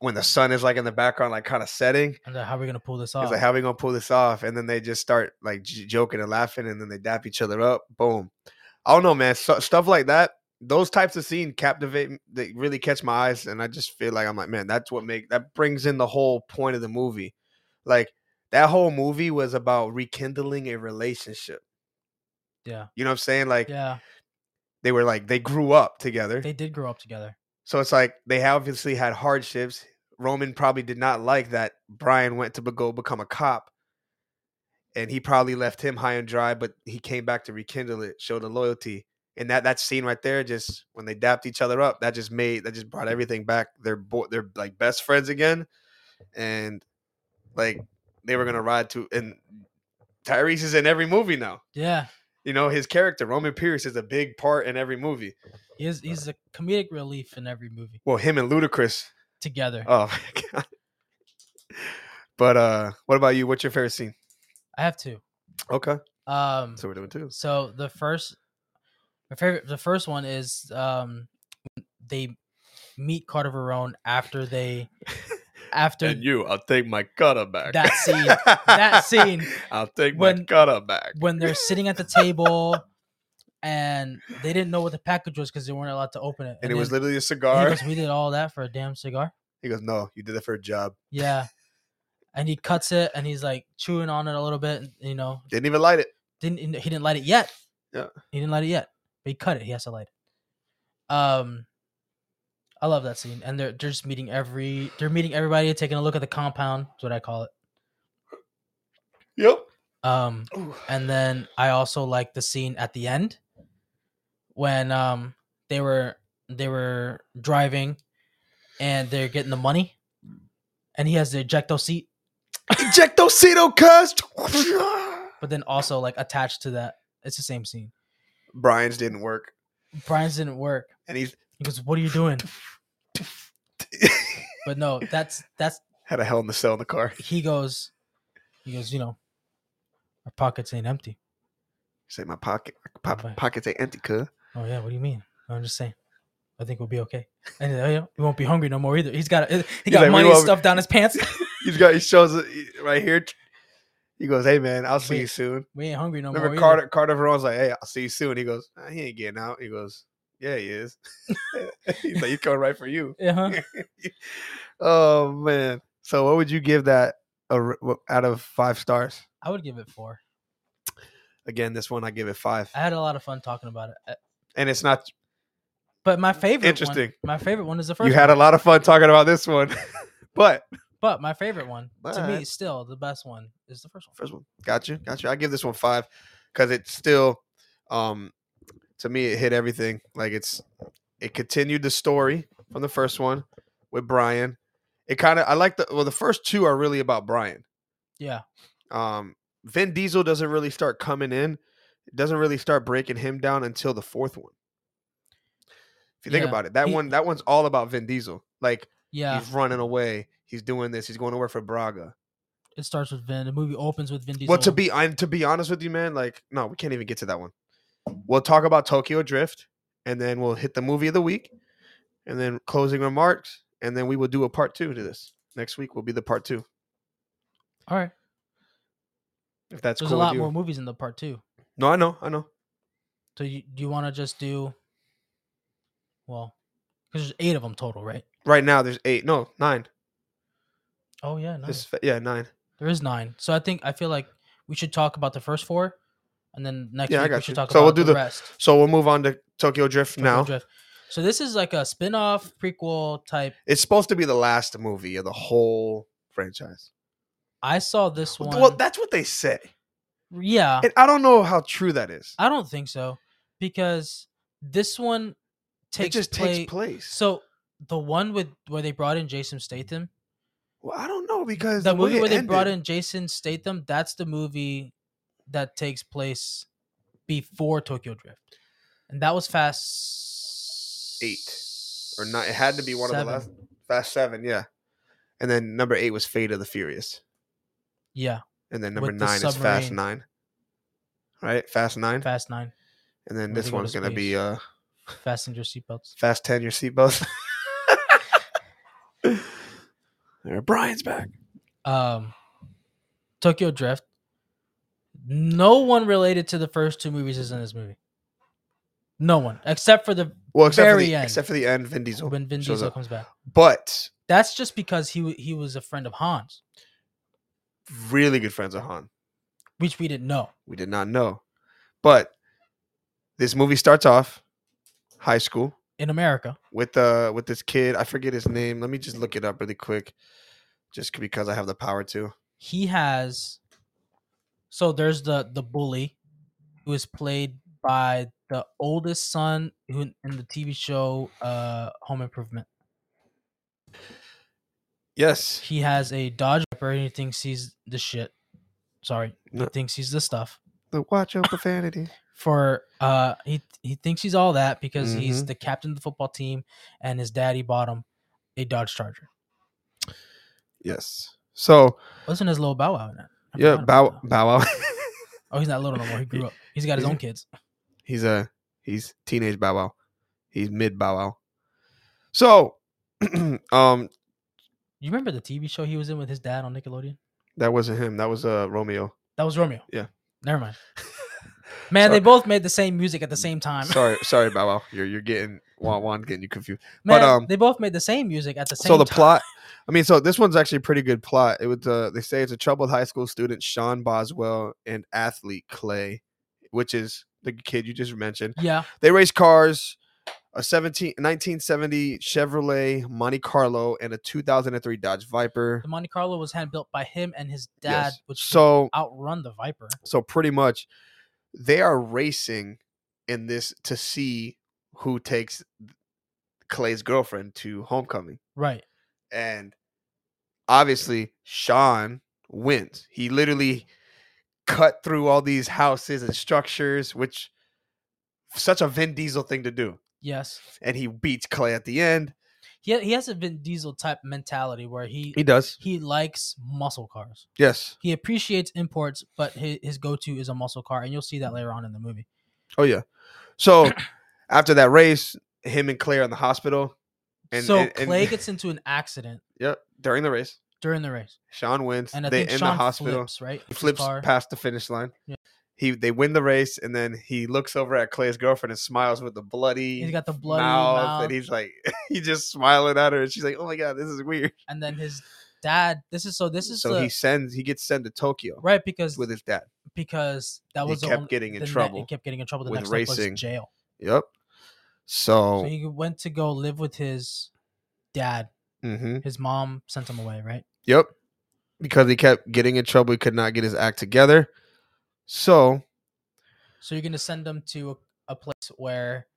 when the sun is like in the background, like kind of setting. and then how are we gonna pull this It's off? like, how we gonna pull this off? And then they just start like j- joking and laughing, and then they dap each other up. Boom. I don't know, man. So, stuff like that, those types of scene captivate. m- They really catch my eyes, and I just feel like I'm like, man, that's what make that brings in the whole point of the movie. Like that whole movie was about rekindling a relationship. yeah, You know what I'm saying? Like yeah. they were like they grew up together. They did grow up together. So it's like they obviously had hardships. Roman probably did not like that Brian went to be- go become a cop. And he probably left him high and dry, but he came back to rekindle it, show the loyalty. And that that scene right there, just when they dapped each other up, that just made that just brought everything back. They're bo- they're like best friends again, and like they were gonna ride to. And Tyrese is in every movie now. Yeah, You know his character Roman Pierce is a big part in every movie. he is, he's a comedic relief in every movie Well, him and Ludacris together. Oh my uh, god. But uh what about you? What's your favorite scene? I have two. Okay. Um, So we're doing two. so the first, my favorite, the first one is um, they meet Carter Verone after they after And you, I'll take my cutter back. That scene- that scene I'll take my when- cutter back. when they're sitting at the table and they didn't know what the package was because they weren't allowed to open it. and it was then literally a he cigar. goes, we did all that for a damn cigar. He goes, "No, you did it for a job. Yeah. And he cuts it and he's like chewing on it a little bit, and, you know. Didn't even light it." Didn't he didn't light it yet. Yeah. He didn't light it yet. But he cut it. He has to light it. Um I love that scene. And they're, they're just meeting every they're meeting everybody, taking a look at the compound, is what I call it. Yep. Um Ooh. And then I also like the scene at the end when um they were they were driving and they're getting the money and he has the ejecto seat, Ejectocito, cuz. but then also like attached to that it's the same scene. Brian's didn't work, Brian's didn't work. and he's He goes, What are you doing? But no, that's that's had a hell in the cell in the car. He he goes he goes, you know, our pockets ain't empty. said, "My pocket, po- Bye-bye. pockets ain't empty, cuz." Oh yeah, what do you mean? I'm just saying. I think we'll be okay. And uh, yeah, we won't be hungry no more either. He's got he got like, "We money won't be- stuffed down his pants. He's got. He shows it right here. He goes, "Hey man, I'll see Wait. you soon." We ain't hungry no more. Remember either. Carter? Carter Veron's like, "Hey, I'll see you soon." He goes, "Nah, "He ain't getting out." He goes, "Yeah, he is." he's like, "He's coming right for you." Uh-huh. oh man! So, what would you give that a r- w- out of five stars? I would give it four. Again, this one I give it five, I had a lot of fun talking about it. Uh, and it's not. But my favorite Interesting. One, my favorite one is the first You had one. a lot of fun talking about this one, but but my favorite one to But- me still the best one is the first one. first one, got you, got you. I give this one five because it's still, um, to me, it hit everything. Like it's, it continued the story from the first one with Brian. It kind of I like the well, the first two are really about Brian. Yeah. um Vin Diesel doesn't really start coming in. It doesn't really start breaking him down until the fourth one. If you think Yeah, about it, that he- one that one's all about Vin Diesel. Like Yeah. he's running away, he's doing this, he's going to work for Braga. It starts with Vin. The movie opens with Vin Diesel. Well, to be I, to be honest with you, man, like no, we can't even get to that one. We'll talk about Tokyo Drift, and then we'll hit the movie of the week, and then closing remarks, and then we will do a part two to this next week. Will be the part two All right. if that's There's a cool. with lot you. more movies in the part two. No, I know, I know. So you, do you want to just do? Well, because there's eight of them total, right? Right now, there's eight, no, nine. Oh yeah, nine. This fa- yeah, nine. there is nine. So I think I feel like we should talk about the first four, and then next Yeah, I week we got should you. talk So about we'll do the the- rest. So we'll move on to Tokyo Drift Tokyo now. Drift. So this is like a spin-off prequel type. It's supposed to be the last movie of the whole franchise. I saw this one. Well, that's what they say. yeah, And I don't know how true that is. I don't think so because this one It takes just place. takes place. So the one with where they brought in Jason Statham, Well, I don't know because the the way movie it where they brought ended- in Jason Statham, that's the movie that takes place before Tokyo Drift, and that was Fast Eight. or not. It had to be one of the last Seven. Fast Seven, yeah. And then number eight was Fate of the Furious, Yeah, and then number With the nine is Fast submarine. Nine. Right, Fast Nine, Fast Nine, and then when this they go one's to gonna be space. uh Fasten Your Seatbelts. Fast Ten. Your seatbelts. there, Brian's back. um, Tokyo Drift. No one related to the first two movies is in this movie. No one, except for the Well, except very for the end. except for the end, Vin Diesel. when Vin shows Diesel up. comes back. but That's just because he wa- he was a friend of Hans, really good friends of Han. which we didn't know. We did not know, but this movie starts off high school In America, with uh with this kid. I forget his name. Let me just look it up really quick, just because I have the power to. he has. So there's the the bully, who is played by the oldest son who in the TV show uh, Home Improvement. Yes, he has a Dodge Viper and he thinks he's the shit. Sorry, No. he thinks he's the stuff. the watch your profanity. For uh, he he thinks he's all that because he's the captain of the football team, and his daddy bought him a Dodge Charger. Yes. So Wasn't his little Bow Wow in it? I yeah, forgot about bow bow wow. Oh, he's not little no more. He grew up. He's got his He's- own kids. He's a he's teenage Bow Wow. He's mid Bow Wow. So, um, You remember the TV show he was in with his dad on Nickelodeon? that wasn't him. That was uh Romeo. That was Romeo. Yeah. Never mind. Man, Sorry. they both made the same music at the same time. Sorry, sorry, Bow Wow. You're you're getting Juan Juan's getting you confused. Man, but, um, they both made the same music at the same so the time. plot i mean so this one's actually a pretty good plot it was uh they say it's a troubled high school student sean boswell and athlete clay which is the kid you just mentioned Yeah. they race cars a 17 1970 chevrolet monte carlo and a 2003 dodge viper The Monte Carlo was hand built by him and his dad, yes. which so so outrun the Viper. so pretty much they are racing in this to see who takes clay's girlfriend to homecoming Right. and obviously Sean wins. He literally cut through all these houses and structures, which such a Vin Diesel thing to do. Yes. And he beats Clay at the end. He ha- he has a Vin Diesel type mentality where he does. he likes muscle cars. Yes. He appreciates imports, but his, his go to is a muscle car, and you'll see that later on in the movie. Oh yeah. So after that race, him and Clay are in the hospital. And, so and- and- Clay gets into an accident yep during the race. during the race, Sean wins. and I they think in Sean the hospital. flips right. He His flips car. past the finish line. Yeah. He they win the race, and then he looks over at Clay's girlfriend and smiles with the bloody He's got the bloody mouth, mouth, and he's like he just smiling at her, and she's like, "Oh my god, this is weird." and then his dad. This is so. This is so the, he sends he gets sent to Tokyo right because with his dad. because that He was the kept only- getting in the ne- trouble he kept getting in trouble. The with next step racing. Oh. was jail. Yep. So, So he went to go live with his dad. hmm His mom sent him away, right? yep, because he kept getting in trouble, he could not get his act together. So So you're gonna send him to a, a place where,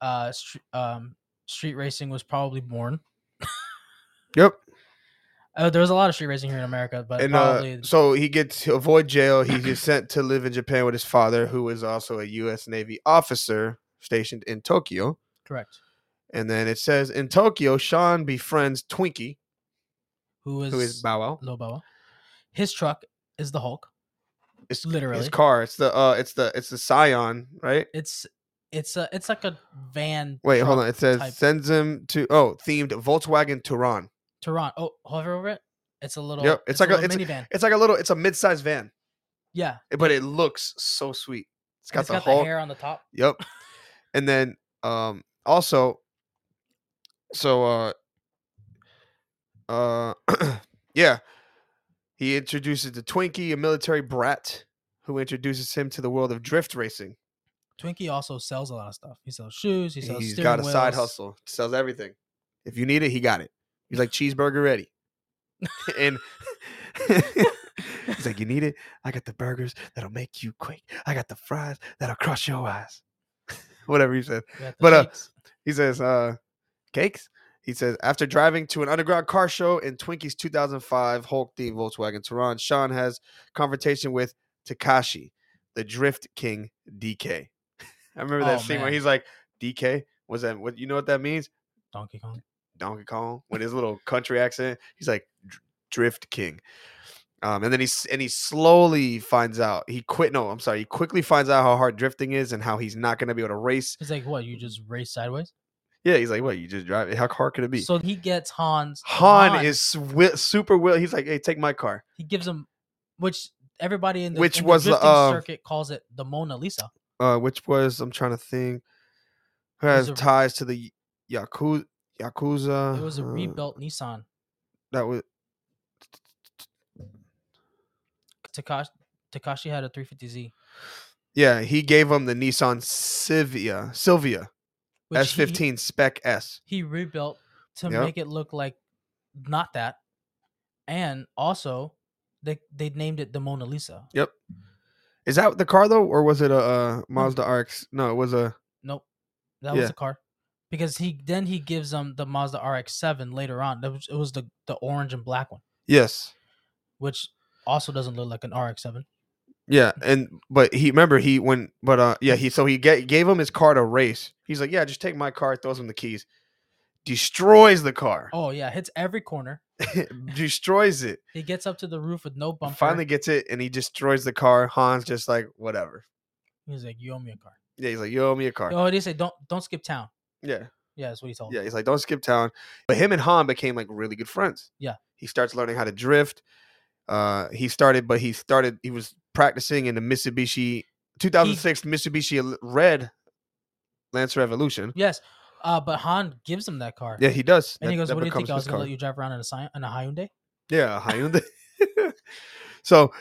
uh, str- um, street racing was probably born. yep, Uh, there was a lot of street racing here in America, but and probably uh, so he gets to avoid jail. He's just sent to live in Japan with his father, who is also a U.S. Navy officer stationed in Tokyo. correct. And then it says in Tokyo, Sean befriends Twinkie, Who is who is Bow Wow. Loboa? His truck is the Hulk. It's Literally. his car. It's the uh, it's the it's the Scion, right? It's it's a it's like a van. Wait, hold truck on. It says type. sends him to oh themed Volkswagen Touran. Tehran. Oh, hover over it. It's a little. Yep, it's like a- little it's minivan. It's like a little. It's a mid-sized van, eh, yeah, but it looks so sweet. It's got it's the got whole. the hair on the top. Yep. And then um also so uh uh yeah. He introduces the Twinkie, a military brat, who introduces him to the world of drift racing. Twinkie also sells a lot of stuff. He sells shoes. He sells. He's steering got a side wheels. hustle. Sells everything. If you need it, he got it. He's like cheeseburger ready. and he's like, you need it? I got the burgers that'll make you quick. I got the fries that'll cross your eyes. Whatever he said. We got the But, uh, shakes. He says, uh, cakes? He says, after driving to an underground car show in Twinkie's 2005 Hulk themed Volkswagen Touran, Sean has confrontation with Takashi, the drift king DK. I remember that Oh, scene where man. he's like, DK, what's that? What you know what that means? Donkey Kong. Donkey Kong with his little country accent. He's like "Dr- Drift King. Um, and then he's and he slowly finds out he quit. No, I'm sorry. He quickly finds out how hard drifting is and how he's not going to be able to race. He's like, what? You just race sideways. Yeah, he's like, what? You just drive it? How hard could it be? So he gets Hans. Han, is wi- super will. He's like, hey, take my car. He gives him, which everybody in the Which in was the, the, drifting uh, circuit calls it the Mona Lisa. Uh, which was I'm trying to think. Who It has was a- ties to the Yakuza? Yakuza? It was a uh, rebuilt Nissan. That was Takashi Takashi had a 350Z. yeah. He gave him the Nissan Silvia, Silvia which he- S15 Spec S. He, rebuilt to Yep. make it look like not that, and also they they named it the Mona Lisa. Is that the car though, or was it a, Mm. uh Mazda RX? No, it was a Nope, that Yeah. was the car. Because he then he gives them the Mazda RX-7 later on. That was, it was the the orange and black one, yes, which also doesn't look like an RX-7. yeah. Mm. And but he remember he when but uh yeah he so he ga- gave him his car to race. He's like, yeah, just take my car. Throws him the keys, destroys the car. Oh yeah, hits every corner. destroys it. He gets up to the roof with no bumper. Finally gets it, and he destroys the car. Han's just like whatever. he's like, "You owe me a car." Yeah, he's like, "You owe me a car." Oh, they say don't don't skip town. Yeah, Yeah, that's what he told. yeah. He's like, "Don't skip town." But him and Han became like really good friends. Yeah. he starts learning how to drift. Uh, he started, but he started. He was practicing in the Mitsubishi 2006 Mitsubishi El- Red Lancer Evolution. Yes, uh, but Han gives him that car. Yeah, he does. and That- he goes, that "What do you think becomes I was his going to car. let you drive around in a Sci- in a Hyundai?" Yeah, Hyundai. so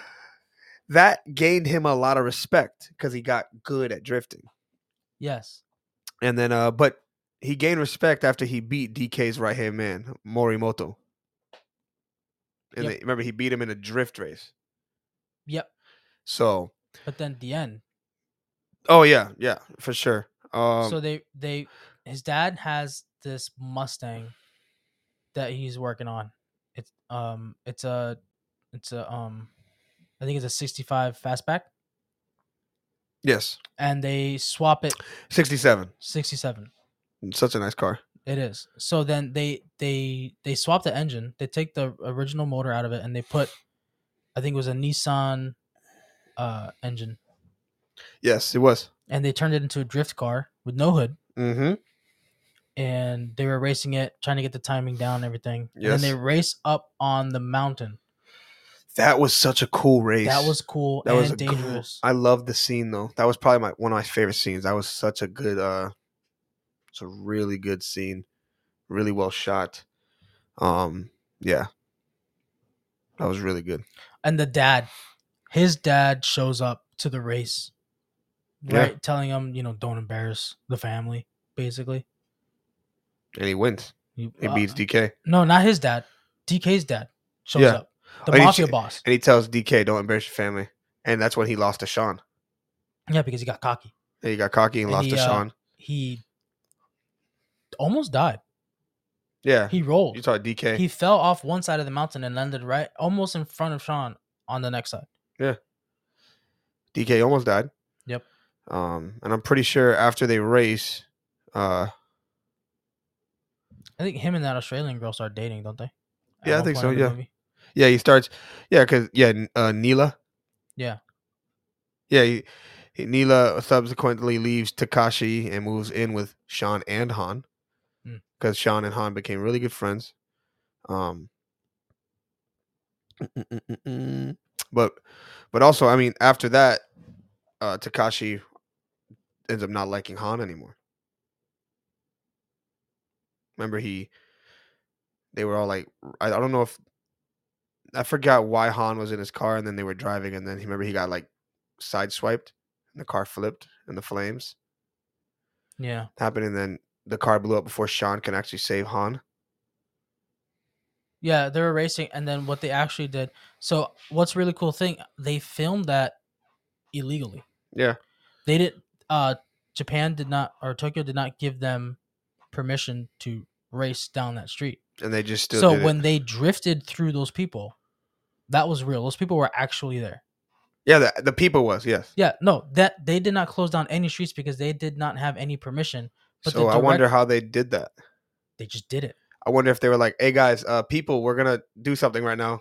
that gained him a lot of respect because he got good at drifting. Yes, And then uh but he gained respect after he beat DK's right hand man, Morimoto. And Yep. they- remember he beat him in a drift race. Yep. So but then at the end. oh yeah, yeah, for sure. Um so they they his dad has this Mustang that he's working on. It's um it's a it's a um I think it's a 65 fastback yes. and they swap it Sixty seven. 67. Such a nice car. It is. So then they they they swap the engine. They take the original motor out of it and they put I think it was a Nissan uh engine Yes, it was. and they turned it into a drift car with no hood Mm-hmm. and they were racing it trying to get the timing down and everything. And then they Yes. race up on the mountain. That was such a cool race. That was cool that and was a cool- dangerous. I love the scene though. That was probably my one of my favorite scenes. That was such a good uh it's a really good scene. Really well shot. Um yeah. That was really good. and the dad his dad shows up to the race. Yeah. Right, telling him, you know, don't embarrass the family, basically. And he wins. You- He uh, beats DK. No, not his dad. DK's dad shows Yeah. up. The Oh, he- mafia boss. And he tells DK, don't embarrass your family. And that's when he lost to Sean. Yeah, because he got cocky. And he got cocky and, And lost he, to uh, Sean. He almost died. Yeah. He rolled. You saw DK. He fell off one side of the mountain and landed right almost in front of Sean on the next side. DK almost died. Yep. Um, and I'm pretty sure after they race, uh, I think him and that Australian girl start dating, don't they? At Yeah, I one think point so, in the yeah. movie. Yeah, he starts. Yeah, because yeah, N- uh, Neela. Yeah. Yeah, he, he, Neela subsequently leaves Takashi and moves in with Sean and Han, Mm. because Sean and Han became really good friends. Um. mm-mm-mm-mm-mm. But, but also, I mean, after that, uh, Takashi ends up not liking Han anymore. Remember, he. They were all like, I, I don't know if I forgot why Han was in his car, and then they were driving, and then he remember he got like sideswiped, and the car flipped, and the flames Yeah. happened, and then the car blew up before Sean can actually save Han. Yeah, they were racing and then what they actually did. So what's really cool thing, they filmed that illegally. Yeah, They did uh Japan did not or Tokyo did not give them permission to race down that street. and they just still so did it. when they drifted through those people, that was real. Those people were actually there. yeah the, the people was yes. Yeah, no, that they did not close down any streets because they did not have any permission. But so the I wonder direct- how they did that. They just did it. I wonder if they were like, "Hey guys, uh, people, we're gonna do something right now."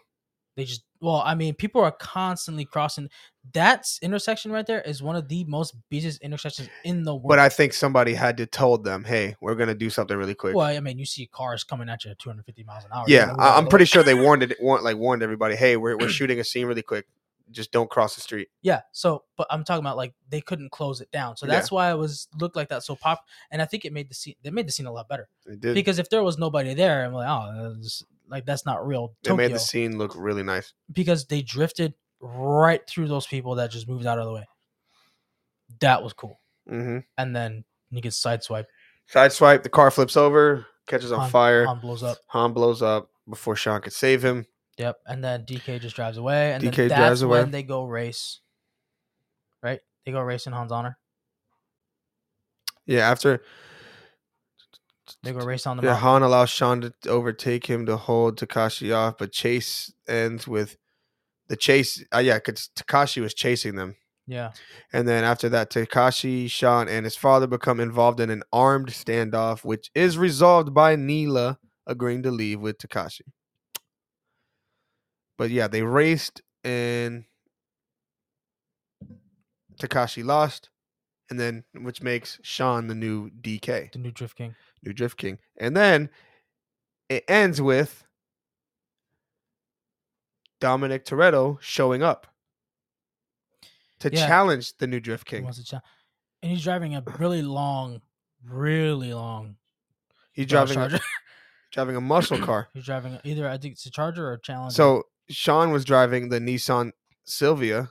They just well, I mean, people are constantly crossing. That intersection right there is one of the most busiest intersections in the world. But I think somebody had to told them, "Hey, we're gonna do something really quick." well, I mean, you see cars coming at you at 250 miles an hour. You're yeah, like, I, I'm "Whoa." pretty sure they warned it, warned like warned everybody, "Hey, we're we're shooting a scene really quick. Just don't cross the street." Yeah. So, but I'm talking about like they couldn't close it down. So Yeah. that's why it was looked like that so pop. And I think it made the scene. They made the scene a lot better. They did. because if there was nobody there, I'm like, oh, that's- like that's not real they Tokyo. made the scene look really nice. because they drifted right through those people that just moved out of the way. That was cool. Mm-hmm. And then you get sideswiped, Sideswipe, the car flips over, catches on Han- fire. Han blows up. Han blows up before Sean could save him. Yep. And then DK just drives away. And DK then that's drives away. when they go race. Right? They go race in Han's honor. Yeah, after They go race on the yeah, mountain. Han allows Sean to overtake him to hold Takashi off, but chase ends with the chase. Uh, yeah, because Takashi was chasing them. Yeah. And then after that, Takashi, Sean, and his father become involved in an armed standoff, which is resolved by Neela agreeing to leave with Takashi. But yeah, they raced and Takashi lost, and then which makes Sean the new DK, The new Drift King. new Drift King. And then it ends with Dominic Toretto showing up to Yeah. challenge the new Drift He King. wants to cha- and he's driving a really long, really long He's uh, driving charger. a, driving a muscle car. he's driving a- either I think it's a charger or a challenger. So Sean was driving the Nissan Sylvia.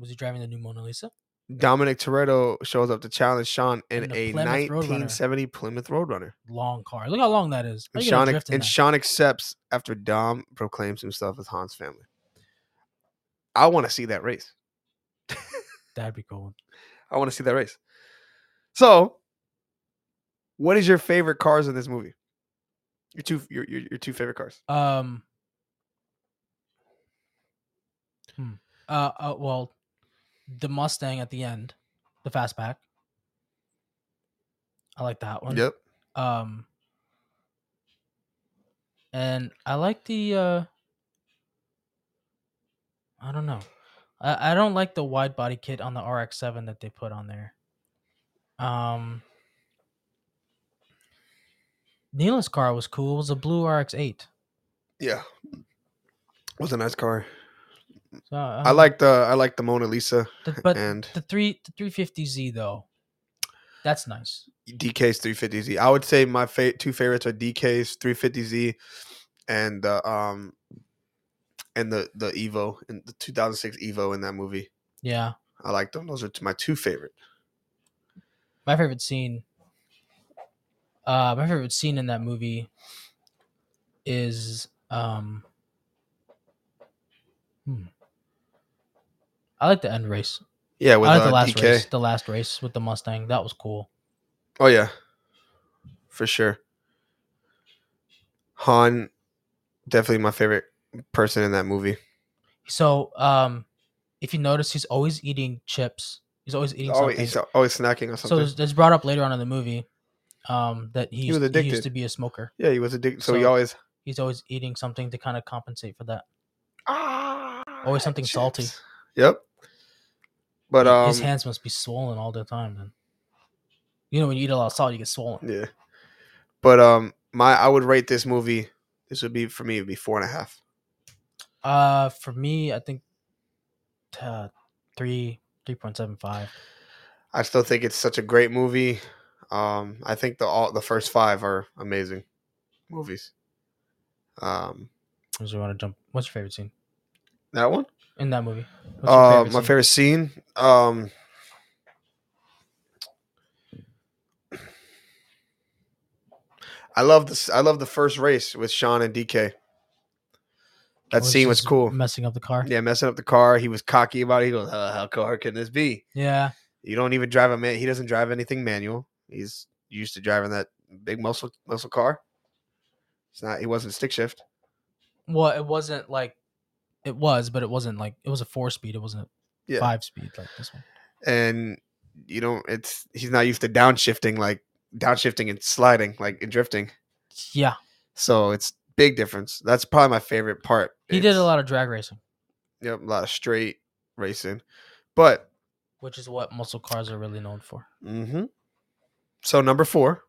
was he driving the new Mona Lisa? Dominic Toretto shows up to challenge Sean in And the a Plymouth Roadrunner. 1970 Plymouth Roadrunner. Long car. Look how long that is. How And you gonna Sean, drift ac- in and that? Sean accepts after Dom proclaims himself as Han's family. I want to see that race. That'd be cool. I want to see that race. So, what is your favorite cars in this movie? Your two, your your, your two favorite cars. Um. hmm. Uh, uh. Well, the Mustang at the end, the fastback. I like that one. Yep. Um. And I like the. uh I don't know. I, I don't like the wide body kit on the RX-7 that they put on there. Um. Neela's car was cool. It was a blue RX-8. Yeah. Was a nice car. So, uh, I like the I like the Mona Lisa the, but and the three the three fifty Z though. That's nice. DK's 350Z. I would say my fa- two favorites are DK's 350Z and the um and the the Evo and the 2006 Evo in that movie. Yeah, I like them. Those are t- my two favorite. my favorite scene. Uh, my favorite scene in that movie is um. Hmm. I like the end race. Yeah, with I like uh, the last DK. race. The last race with the Mustang. That was cool. Oh yeah, for sure. Han, definitely my favorite person in that movie. So um, if you notice, he's always eating chips. He's always eating Always, something. he's always snacking on so something. it's it's brought up later on in the movie um, that he, used- was he addicted. used to be a smoker. yeah, he was addicted. So, he so- always he's always eating something to kind of compensate for that. ah, Always something salty. chips. Yep. But Like, um, his hands must be swollen all the time. Then you know when you eat a lot of salt, you get swollen. Yeah. But um my I would rate this movie this would be for me it'd be four and a half. Uh, for me, I think uh, three three point seven five. I still think it's such a great movie. Um I think the all the first five are amazing movies. Um Because you want to jump. What's your favorite scene that one? in that movie? What's your Uh my scene? favorite scene. Um I love this I love the first race with Sean and DK. That Where scene was she's cool. Messing up the car. Yeah. Yeah, messing up the car. He was cocky about it. He goes, "Uh, "How hard can this be?" You don't even drive a man. He doesn't drive anything manual. He's used to driving that big muscle muscle car. It's not. He wasn't stick shift. Well, it wasn't like it was, but it wasn't like it was a four speed. It wasn't a Yeah, five speed like this one. and you don't. It's he's not used to downshifting like downshifting and sliding like and drifting. Yeah, So it's big difference. That's probably my favorite part. he did a It's- lot of drag racing, Yep, a lot of straight racing, but which is what muscle cars are really known for. hmm so number four.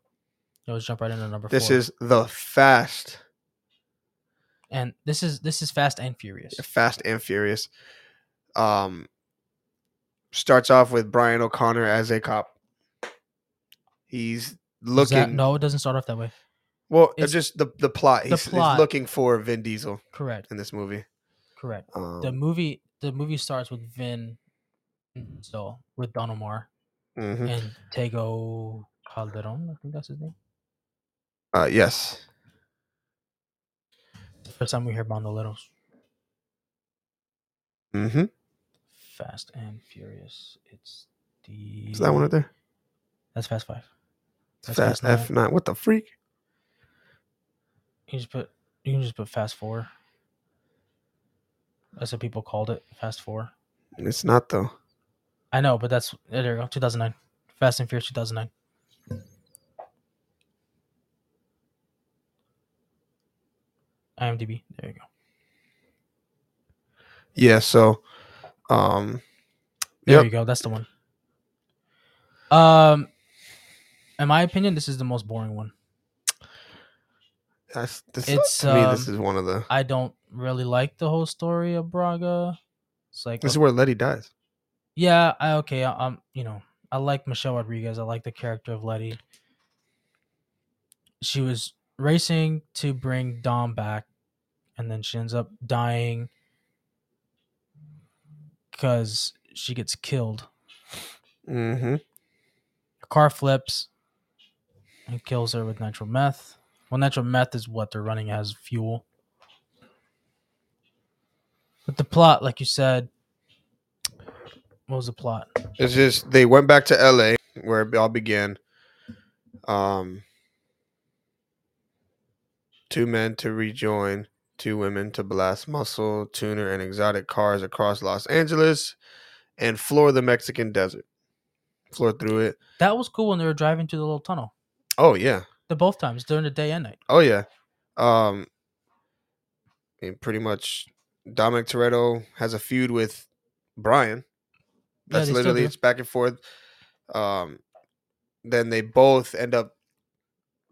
Let's jump right into number This four. is the fast. and this is this is Fast and Furious. Fast and Furious. Um, starts off with Brian O'Connor as a cop. He's Is looking. that- no, it doesn't start off that way. well, it's- just the the plot. the He's, he's plot. looking for Vin Diesel Correct, in this movie. correct. Um, The movie the movie starts with Vin, so with Don Omar mhm. and Tego Calderon. I think that's his name. Uh, yes. First time we hear Bondoleros. Mm-hmm. Fast and Furious. It's the Is that one right there? That's Fast Five. That's Fast Fast Nine. F nine. What the freak? You can just put you can just put Fast Four. That's what people called it. Fast Four. It's not though. I know, but that's there you go. Two thousand nine. Fast and Furious two thousand nine. IMDb. There you go. Yeah, so um There Yep. you go. That's the one. Um, in my opinion, this is the most boring one. that's this, It's, to me this um, is one of the I don't really like the whole story of Braga. It's like, this is okay- where Letty dies. yeah, I, okay, I, I'm, you know, I like Michelle Rodriguez. I like the character of Letty. She was racing to bring Dom back, and then she ends up dying because she gets killed. Mm-hmm. A car flips and kills her with nitro meth. Well, nitro meth is what they're running as fuel. But the plot, like you said, what was the plot? It's just they went back to LA where it all began. Um two men to rejoin, two women to blast muscle, tuner, and exotic cars across Los Angeles and floor the Mexican desert. Floor through it. That was cool when they were driving through the little tunnel. Oh yeah. The both times during the day and night. Oh yeah. Um I mean, pretty much Dominic Toretto has a feud with Brian. Yeah, That's they still literally do. it's back and forth. Um then they both end up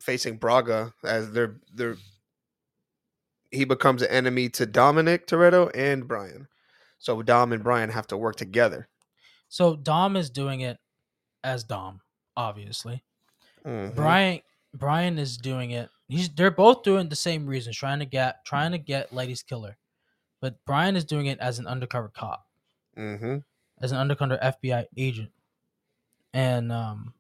facing Braga as their their he becomes an enemy to Dominic Toretto and Brian. So Dom and Brian have to work together. So Dom is doing it as Dom, obviously. Mhm. Brian Brian is doing it. He's they're both doing the same reasons, trying to get trying to get Lady's killer. But Brian is doing it as an undercover cop. Mhm. as an undercover FBI agent, and um,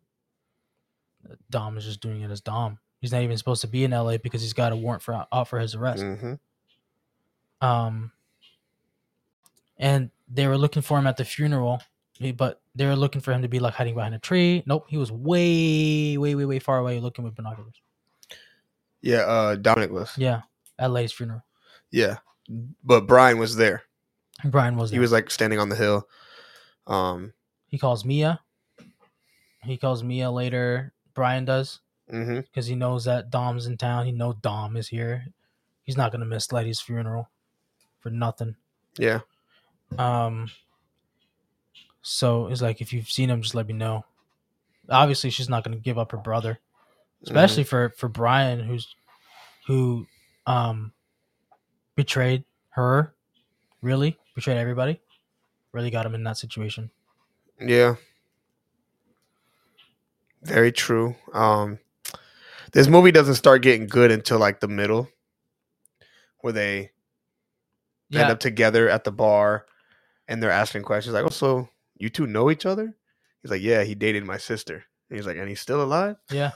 Dom is just doing it as Dom. He's not even supposed to be in LA because he's got a warrant for out for his arrest. Mhm. Um, and they were looking for him at the funeral, he- but they were looking for him to be like hiding behind a tree. Nope, he was way, way, way, way far away, looking with binoculars. Yeah, uh Dominic was. Yeah, at Lady's funeral, Yeah. But Brian was there. and Brian was. He was like standing on the hill. Um, He calls Mia. He calls Mia later. Brian does. hmm because he knows that Dom's in town. He know Dom is here. He's not gonna miss Letty's funeral for nothing. yeah, Mm-hmm. Um, so it's like if you've seen him, just let me know. Obviously, she's not gonna give up her brother, especially for for Brian, who's who um betrayed her, really betrayed everybody, really got him in that situation. Mhm. yeah, very true. Um, this movie doesn't start getting good until like the middle, where they Yeah, end up together at the bar, and they're asking questions like, "Oh, so you two know each other?" He's like, "Yeah, he dated my sister." And he's like, "And he's still alive?" yeah,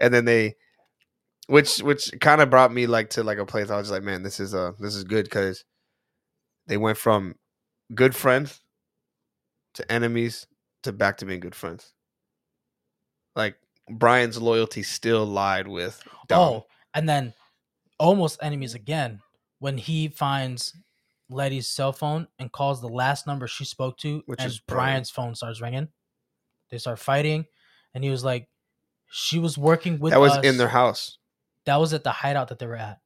and then they which which kind of brought me like to like a place i was just like man this is uh this is good because they went from good friends to enemies to back to being good friends like brian's loyalty still lied with Dom. Oh, and then almost enemies again when he finds Letty's cell phone and calls the last number she spoke to, Which and is Brian. Brian's phone starts ringing. They start fighting, and he was like, "She was working with that was us." in their house That was at the hideout that they were at.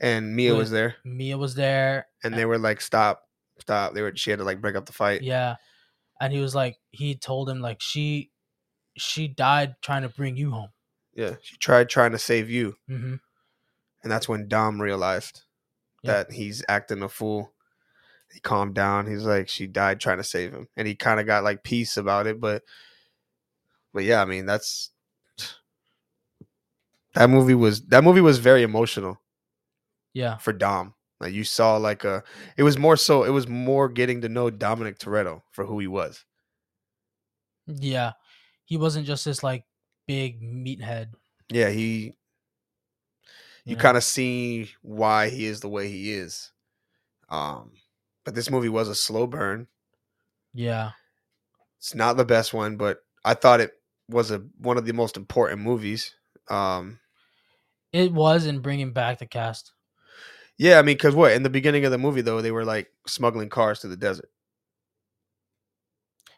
and mia With- was there Mia was there. and they were like stop stop they were she had to like break up the fight Yeah, and he was like, he told him like she, she died trying to bring you home. yeah she tried trying to save you hmm And that's when Dom realized Yeah. that he's acting a fool. He calmed down. He's like, she died trying to save him. And he kind of got like peace about it. But, but yeah, I mean, that's that movie was that movie was very emotional Yeah, for Dom. Like you saw like a it was more so it was more getting to know Dominic Toretto for who he was. yeah. He wasn't just this like big meathead. Yeah, he you know? kind of see why he is the way he is. Um but this movie was a slow burn. yeah. It's not the best one, but I thought it was a one of the most important movies. Um, It was in bringing back the cast. yeah, I mean, because what in the beginning of the movie though they were like smuggling cars to the desert.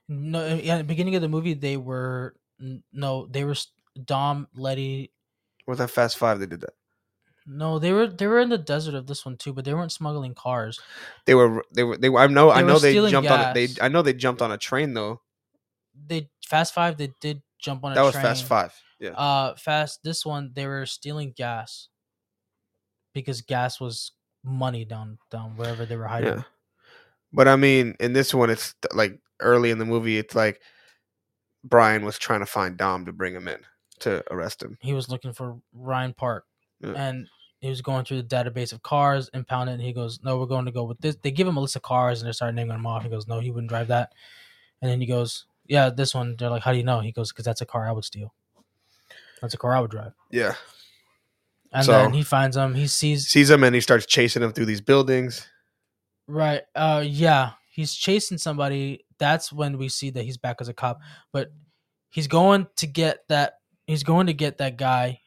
No, uh, yeah, at the beginning of the movie, they were n- no, they were s- Dom, Letty. Was that Fast Five? They did that. No, they were they were in the desert of this one too, but they weren't smuggling cars. They were they were they were, I know I They know were they stealing jumped on a, they gas. I know they jumped on a train though. They Fast Five they did jump on a That was train. Fast Five. Yeah. Uh, Fast this one they were stealing gas because gas was money down down wherever they were hiding. Yeah. But I mean, in this one, it's th- like early in the movie, it's like Brian was trying to find Dom to bring him in to arrest him. He was looking for Ryan Park, Yeah. and he was going through the database of cars, impounded. And he goes, "No, we're going to go with this." They give him a list of cars, and they start naming them off. He goes, "No, he wouldn't drive that." And then he goes, "Yeah, this one." They're like, "How do you know?" He goes, "Because that's a car I would steal. That's a car I would drive." Yeah. And So- then he finds him. He sees Sees him and he starts chasing him through these buildings. right. Uh, yeah, he's chasing somebody. That's when we see that he's back as a cop. But he's going to get that. He's going to get that guy,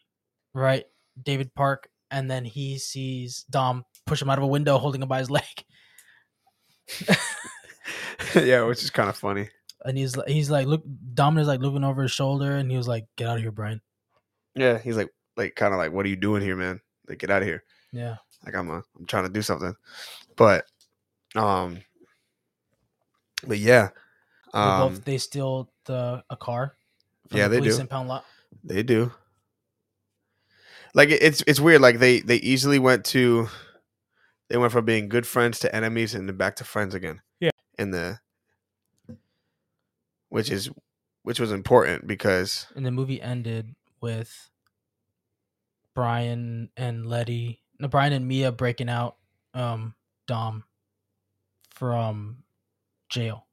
right, David Park. And then he sees Dom push him out of a window, holding him by his leg. yeah, which is kind of funny. And he's li- he's like, look, Dom is like looking over his shoulder, and he was like, "Get out of here, Brian." Yeah, he's like, like, kind of like, what are you doing here, man? Like, get out of here. Yeah, Like, I'm, a, I'm trying to do something. But, um, but yeah, they um, both they steal the a car. Yeah, the they police do. Impound lot. They do. Like it- it's it's weird. Like they they easily went to, they went from being good friends to enemies and then back to friends again. Yeah. And the, which is, which was important because and the movie ended with Brian and Letty, no, Brian and Mia breaking out um, Dom from jail.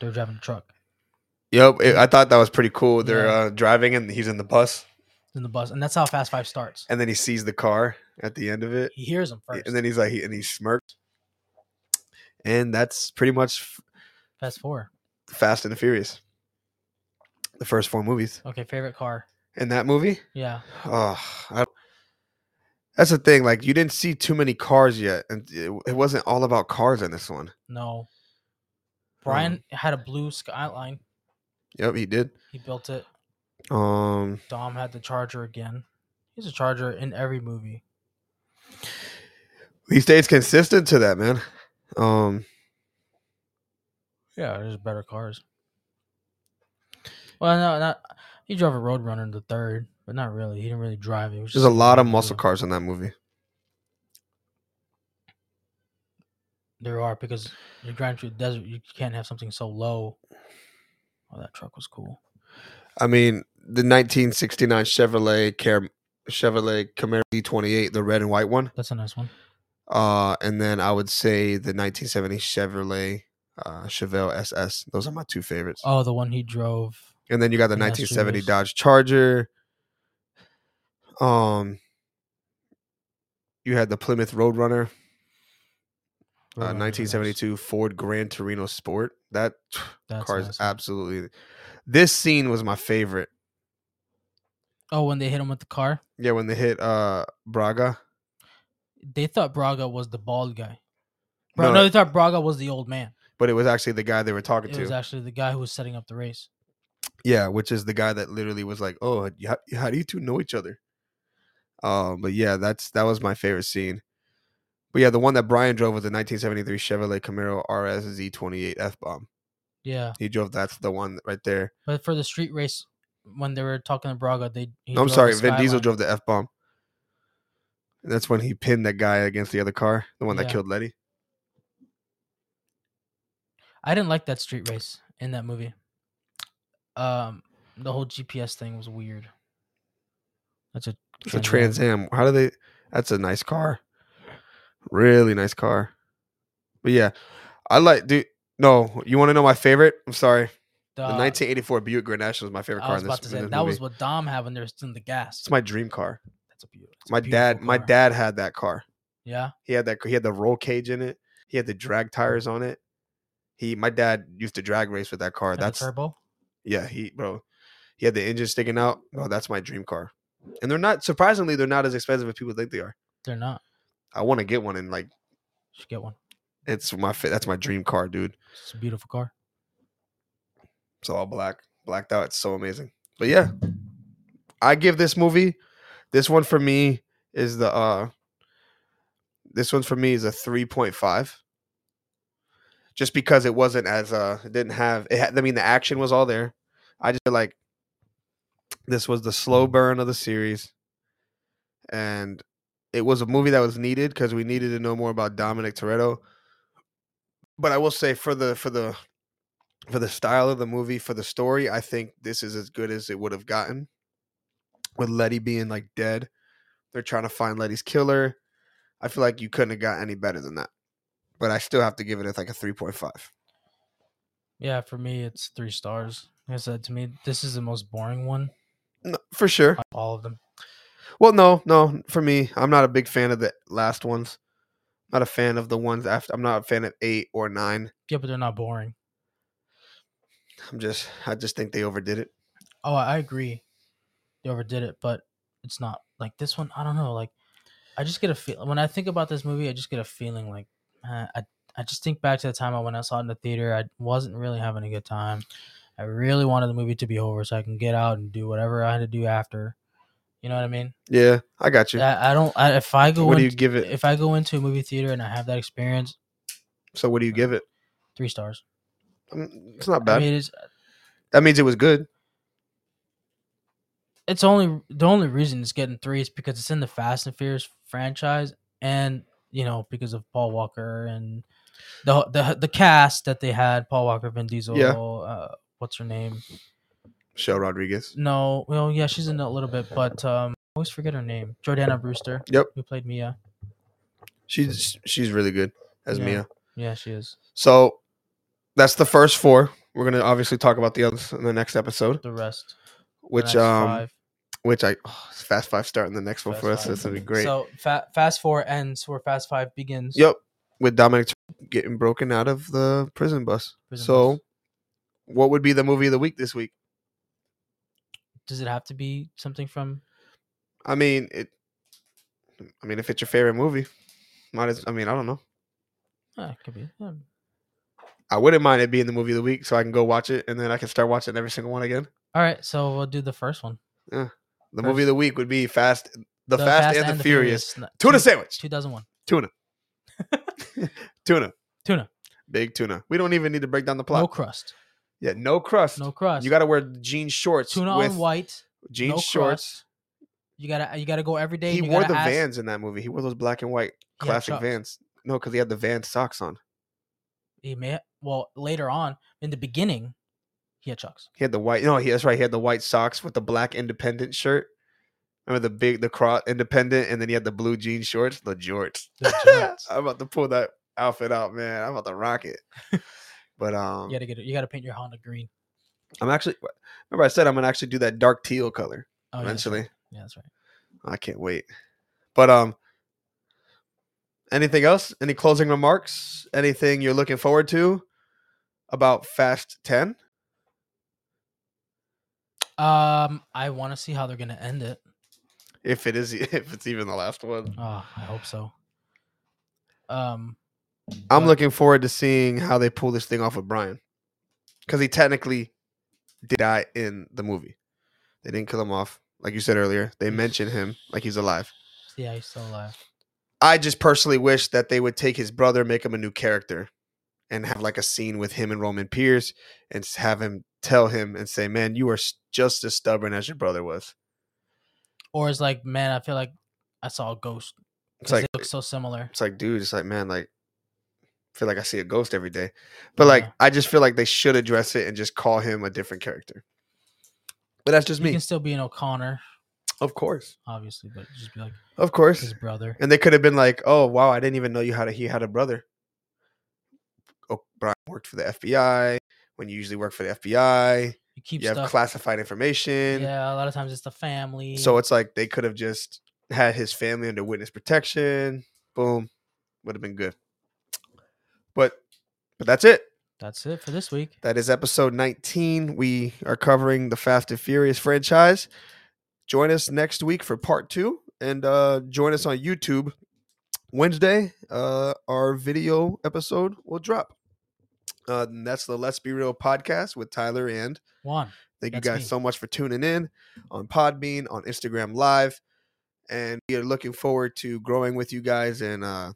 They were driving a truck yep, it, I thought that was pretty cool. They're Yeah. uh, driving and he's in the bus in the bus, and that's how Fast Five starts. and then he sees the car at the end of it He hears them first. and then he's like he, and he smirked. And that's pretty much F- Fast Four. Fast and the Furious, the first four movies. Okay, favorite car. And that movie, Yeah, Oh, I, that's the thing. Like you didn't see too many cars yet, and it, it wasn't all about cars in this one. no. Brian Um, had a blue skyline. Yep, he did. He built it. Um, Dom had the Charger again. He's a Charger in every movie. he stays consistent to that, man. Um, Yeah, there's better cars. Well, no, not he drove a Roadrunner in the third, but not really. He didn't really drive it. it was there's just a something lot he of was muscle doing. cars in that movie. There are because you're driving through the desert. You can't have something so low. Oh, that truck was cool. I mean, the 1969 Chevrolet Car- Chevrolet Camaro D28, the red and white one. That's a nice one. Uh, and then I would say the 1970 Chevrolet uh, Chevelle SS. Those are my two favorites. Oh, the one he drove. And then you got the Yeah, that's true, 1970 those- Dodge Charger. Um, you had the Plymouth Roadrunner, uh, Roadrunner's a nice- 1972 Ford Grand Torino Sport. That That's car is nice. absolutely. This scene was my favorite. oh, when they hit him with the car, Yeah, when they hit uh Braga. they thought Braga was the bald guy. Bro, No, no, they thought Braga was the old man. but it was actually the guy they were talking It to. was actually the guy who was setting up the race. yeah, which is the guy that literally was like, "Oh, y- how, how do you two know each other?" Um, but yeah, that's that was my favorite scene. But yeah, the one that Brian drove was a 1973 Chevrolet Camaro RS Z28 F bomb. Yeah, He drove that's the one right there. but for the street race, when they were talking to Braga, they. he I'm drove the sorry, Vin Diesel Skyline. drove the F bomb. That's when he pinned that guy against the other car, the one that Yeah. killed Letty. I didn't like that street race in that movie. Um, the whole GPS thing was weird. That's a It's a Trans Trans Am. How do they? That's a nice car. Really nice car. But yeah, I like. Dude, no, you want to know my favorite? I'm sorry. the, The 1984 Buick Grand National is my favorite Uh, I car was in about this, to in say this that movie. was what Dom had when they were stealing the gas. it's my dream car. That's a beautiful. My dad, my dad had that car. Yeah, He had that. He had the roll cage in it. He had the drag tires on it. He, my dad, used to drag race with that car. had the That's turbo. yeah. He, bro, he had the engine sticking out. Bro, that's my dream car. And they're not surprisingly, they're not as expensive as people think they are. They're not. I want to get one, and like, You should get one. it's my fa- that's my dream car, dude. It's a beautiful car. It's all black, blacked out. It's so amazing. But yeah, I give this movie, this one for me is the uh this one for me is a 3.5 just because it wasn't as uh it didn't have it had, i mean the action was all there i just feel like this was the slow burn of the series and it was a movie that was needed because we needed to know more about dominic toretto but i will say for the for the for the style of the movie for the story i think this is as good as it would have gotten with letty being like dead they're trying to find letty's killer i feel like you couldn't have got any better than that but i still have to give it like a 3.5 Yeah, for me, it's three stars. Like I said, to me, this is the most boring one no, for sure of all of them. Well, no, no. For me, I'm not a big fan of the last ones. Not a fan of the ones after. I'm not a fan of eight or nine. Yeah, but they're not boring. I'm just, I just think they overdid it. Oh, I agree. They overdid it, but it's not like this one. I don't know. Like, I just get a feel when I think about this movie. I just get a feeling like man, I. I just think back to the time I when I saw it in the theater. I wasn't really having a good time. I really wanted the movie to be over so I can get out and do whatever I had to do after. You know what I mean? Yeah, I got you. I, I don't. I, if I go, what do you into- give it? if I go into a movie theater and I have that experience, so, what do you give it? three stars. Um, It's not I bad. mean, it's that means it was good. it's only the only reason it's getting three is because it's in the Fast and Furious franchise, and you know because of Paul Walker and the the the cast that they had: Paul Walker, Vin Diesel, Yeah. uh, what's her name? Shell Rodriguez. No, well, yeah, she's in it a little bit, but um, I always forget her name. Jordana Brewster. Yep. who played Mia? She's she's really good as Yeah. Mia. Yeah, she is So, that's the first four. We're gonna obviously talk about the others in the next episode, the rest. the which next um, five. which I oh, it's fast five starting the next one Fast for us. Five. This will be great. So fa- Fast Four ends where Fast Five begins. Yep, with Dominic Toretto getting broken out of the prison bus. Prison so, Bus. what would be the movie of the week this week? does it have to be something from? I mean, it. I mean, if it's your favorite movie, might as. I mean, I don't know. Uh, it could be. yeah. I wouldn't mind it being the movie of the week, so I can go watch it, and then I can start watching every single one again. All right, so we'll do the first one. The First- movie of the week would be Fast, the, Fast, and, the, Furious. N- Tuna two- sandwich, 2001. tuna, Tuna. big tuna. We don't even need to break down the plot. No crust. yeah, no crust. No crust. You got to wear jean shorts tuna with on white. jean no shorts. crust. You gotta you gotta go every day. He and you wore gotta the ask- Vans in that movie. He wore those black and white He had classic Chucks. Vans. No, because he had the Vans socks on. He may well later on in the beginning, he had chucks. He had the white. No, he, that's right. He had the white socks with the black independent shirt. Remember the big, the cross independent, and then he had the blue jean shorts, the jorts. The jorts. I'm about to pull that outfit out, man. I'm about to rock it. But um, You gotta get it. You gotta paint your Honda green. I'm actually. Remember, I said I'm gonna actually do that dark teal color Oh, yeah, that's right. eventually. Yeah, that's right. I can't wait. But um, anything else? Any closing remarks? Anything you're looking forward to about Fast Ten? Um, I want to see how they're gonna end it. If it is, if it's even the last one. Oh, I hope so. Um, I'm But- looking forward to seeing how they pull this thing off with Brian, because he technically did die in the movie. They didn't kill him off, like you said earlier. They mentioned him like he's alive. yeah, he's still alive. I just personally wish that they would take his brother, make him a new character, and have like a scene with him and Roman Pierce, and s- have him tell him and say, "Man, you are s- just as stubborn as your brother was." Or it's like, man, I feel like I saw a ghost because It's like they look so similar. it's like, dude, it's like, man, like, I feel like I see a ghost every day, but like, Yeah. I just feel like they should address it and just call him a different character. But that's just You me, can still be an O'Connor, of course, obviously, but just be like of course. his brother. And they could have been like, "Oh wow, I didn't even know you had a he had a brother." Oh, Brian worked for the FBI. When you usually work for the FBI, You keep you have stuff. classified information. yeah, a lot of times it's the family. So it's like they could have just had his family under witness protection. Boom, would have been good. But but that's it. that's it for this week. That is episode 19. We are covering the Fast and Furious franchise. Join us next week for part two and uh, join us on YouTube. Wednesday, uh, our video episode will drop. Uh, and that's the Let's Be Real podcast with Tyler and One. Thank That's you guys me. so much for tuning in on Podbean, on Instagram Live, and we are looking forward to growing with you guys. And uh,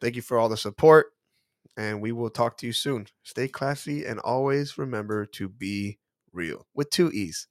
thank you for all the support. And we will talk to you soon. Stay classy and always remember to be real with two E's.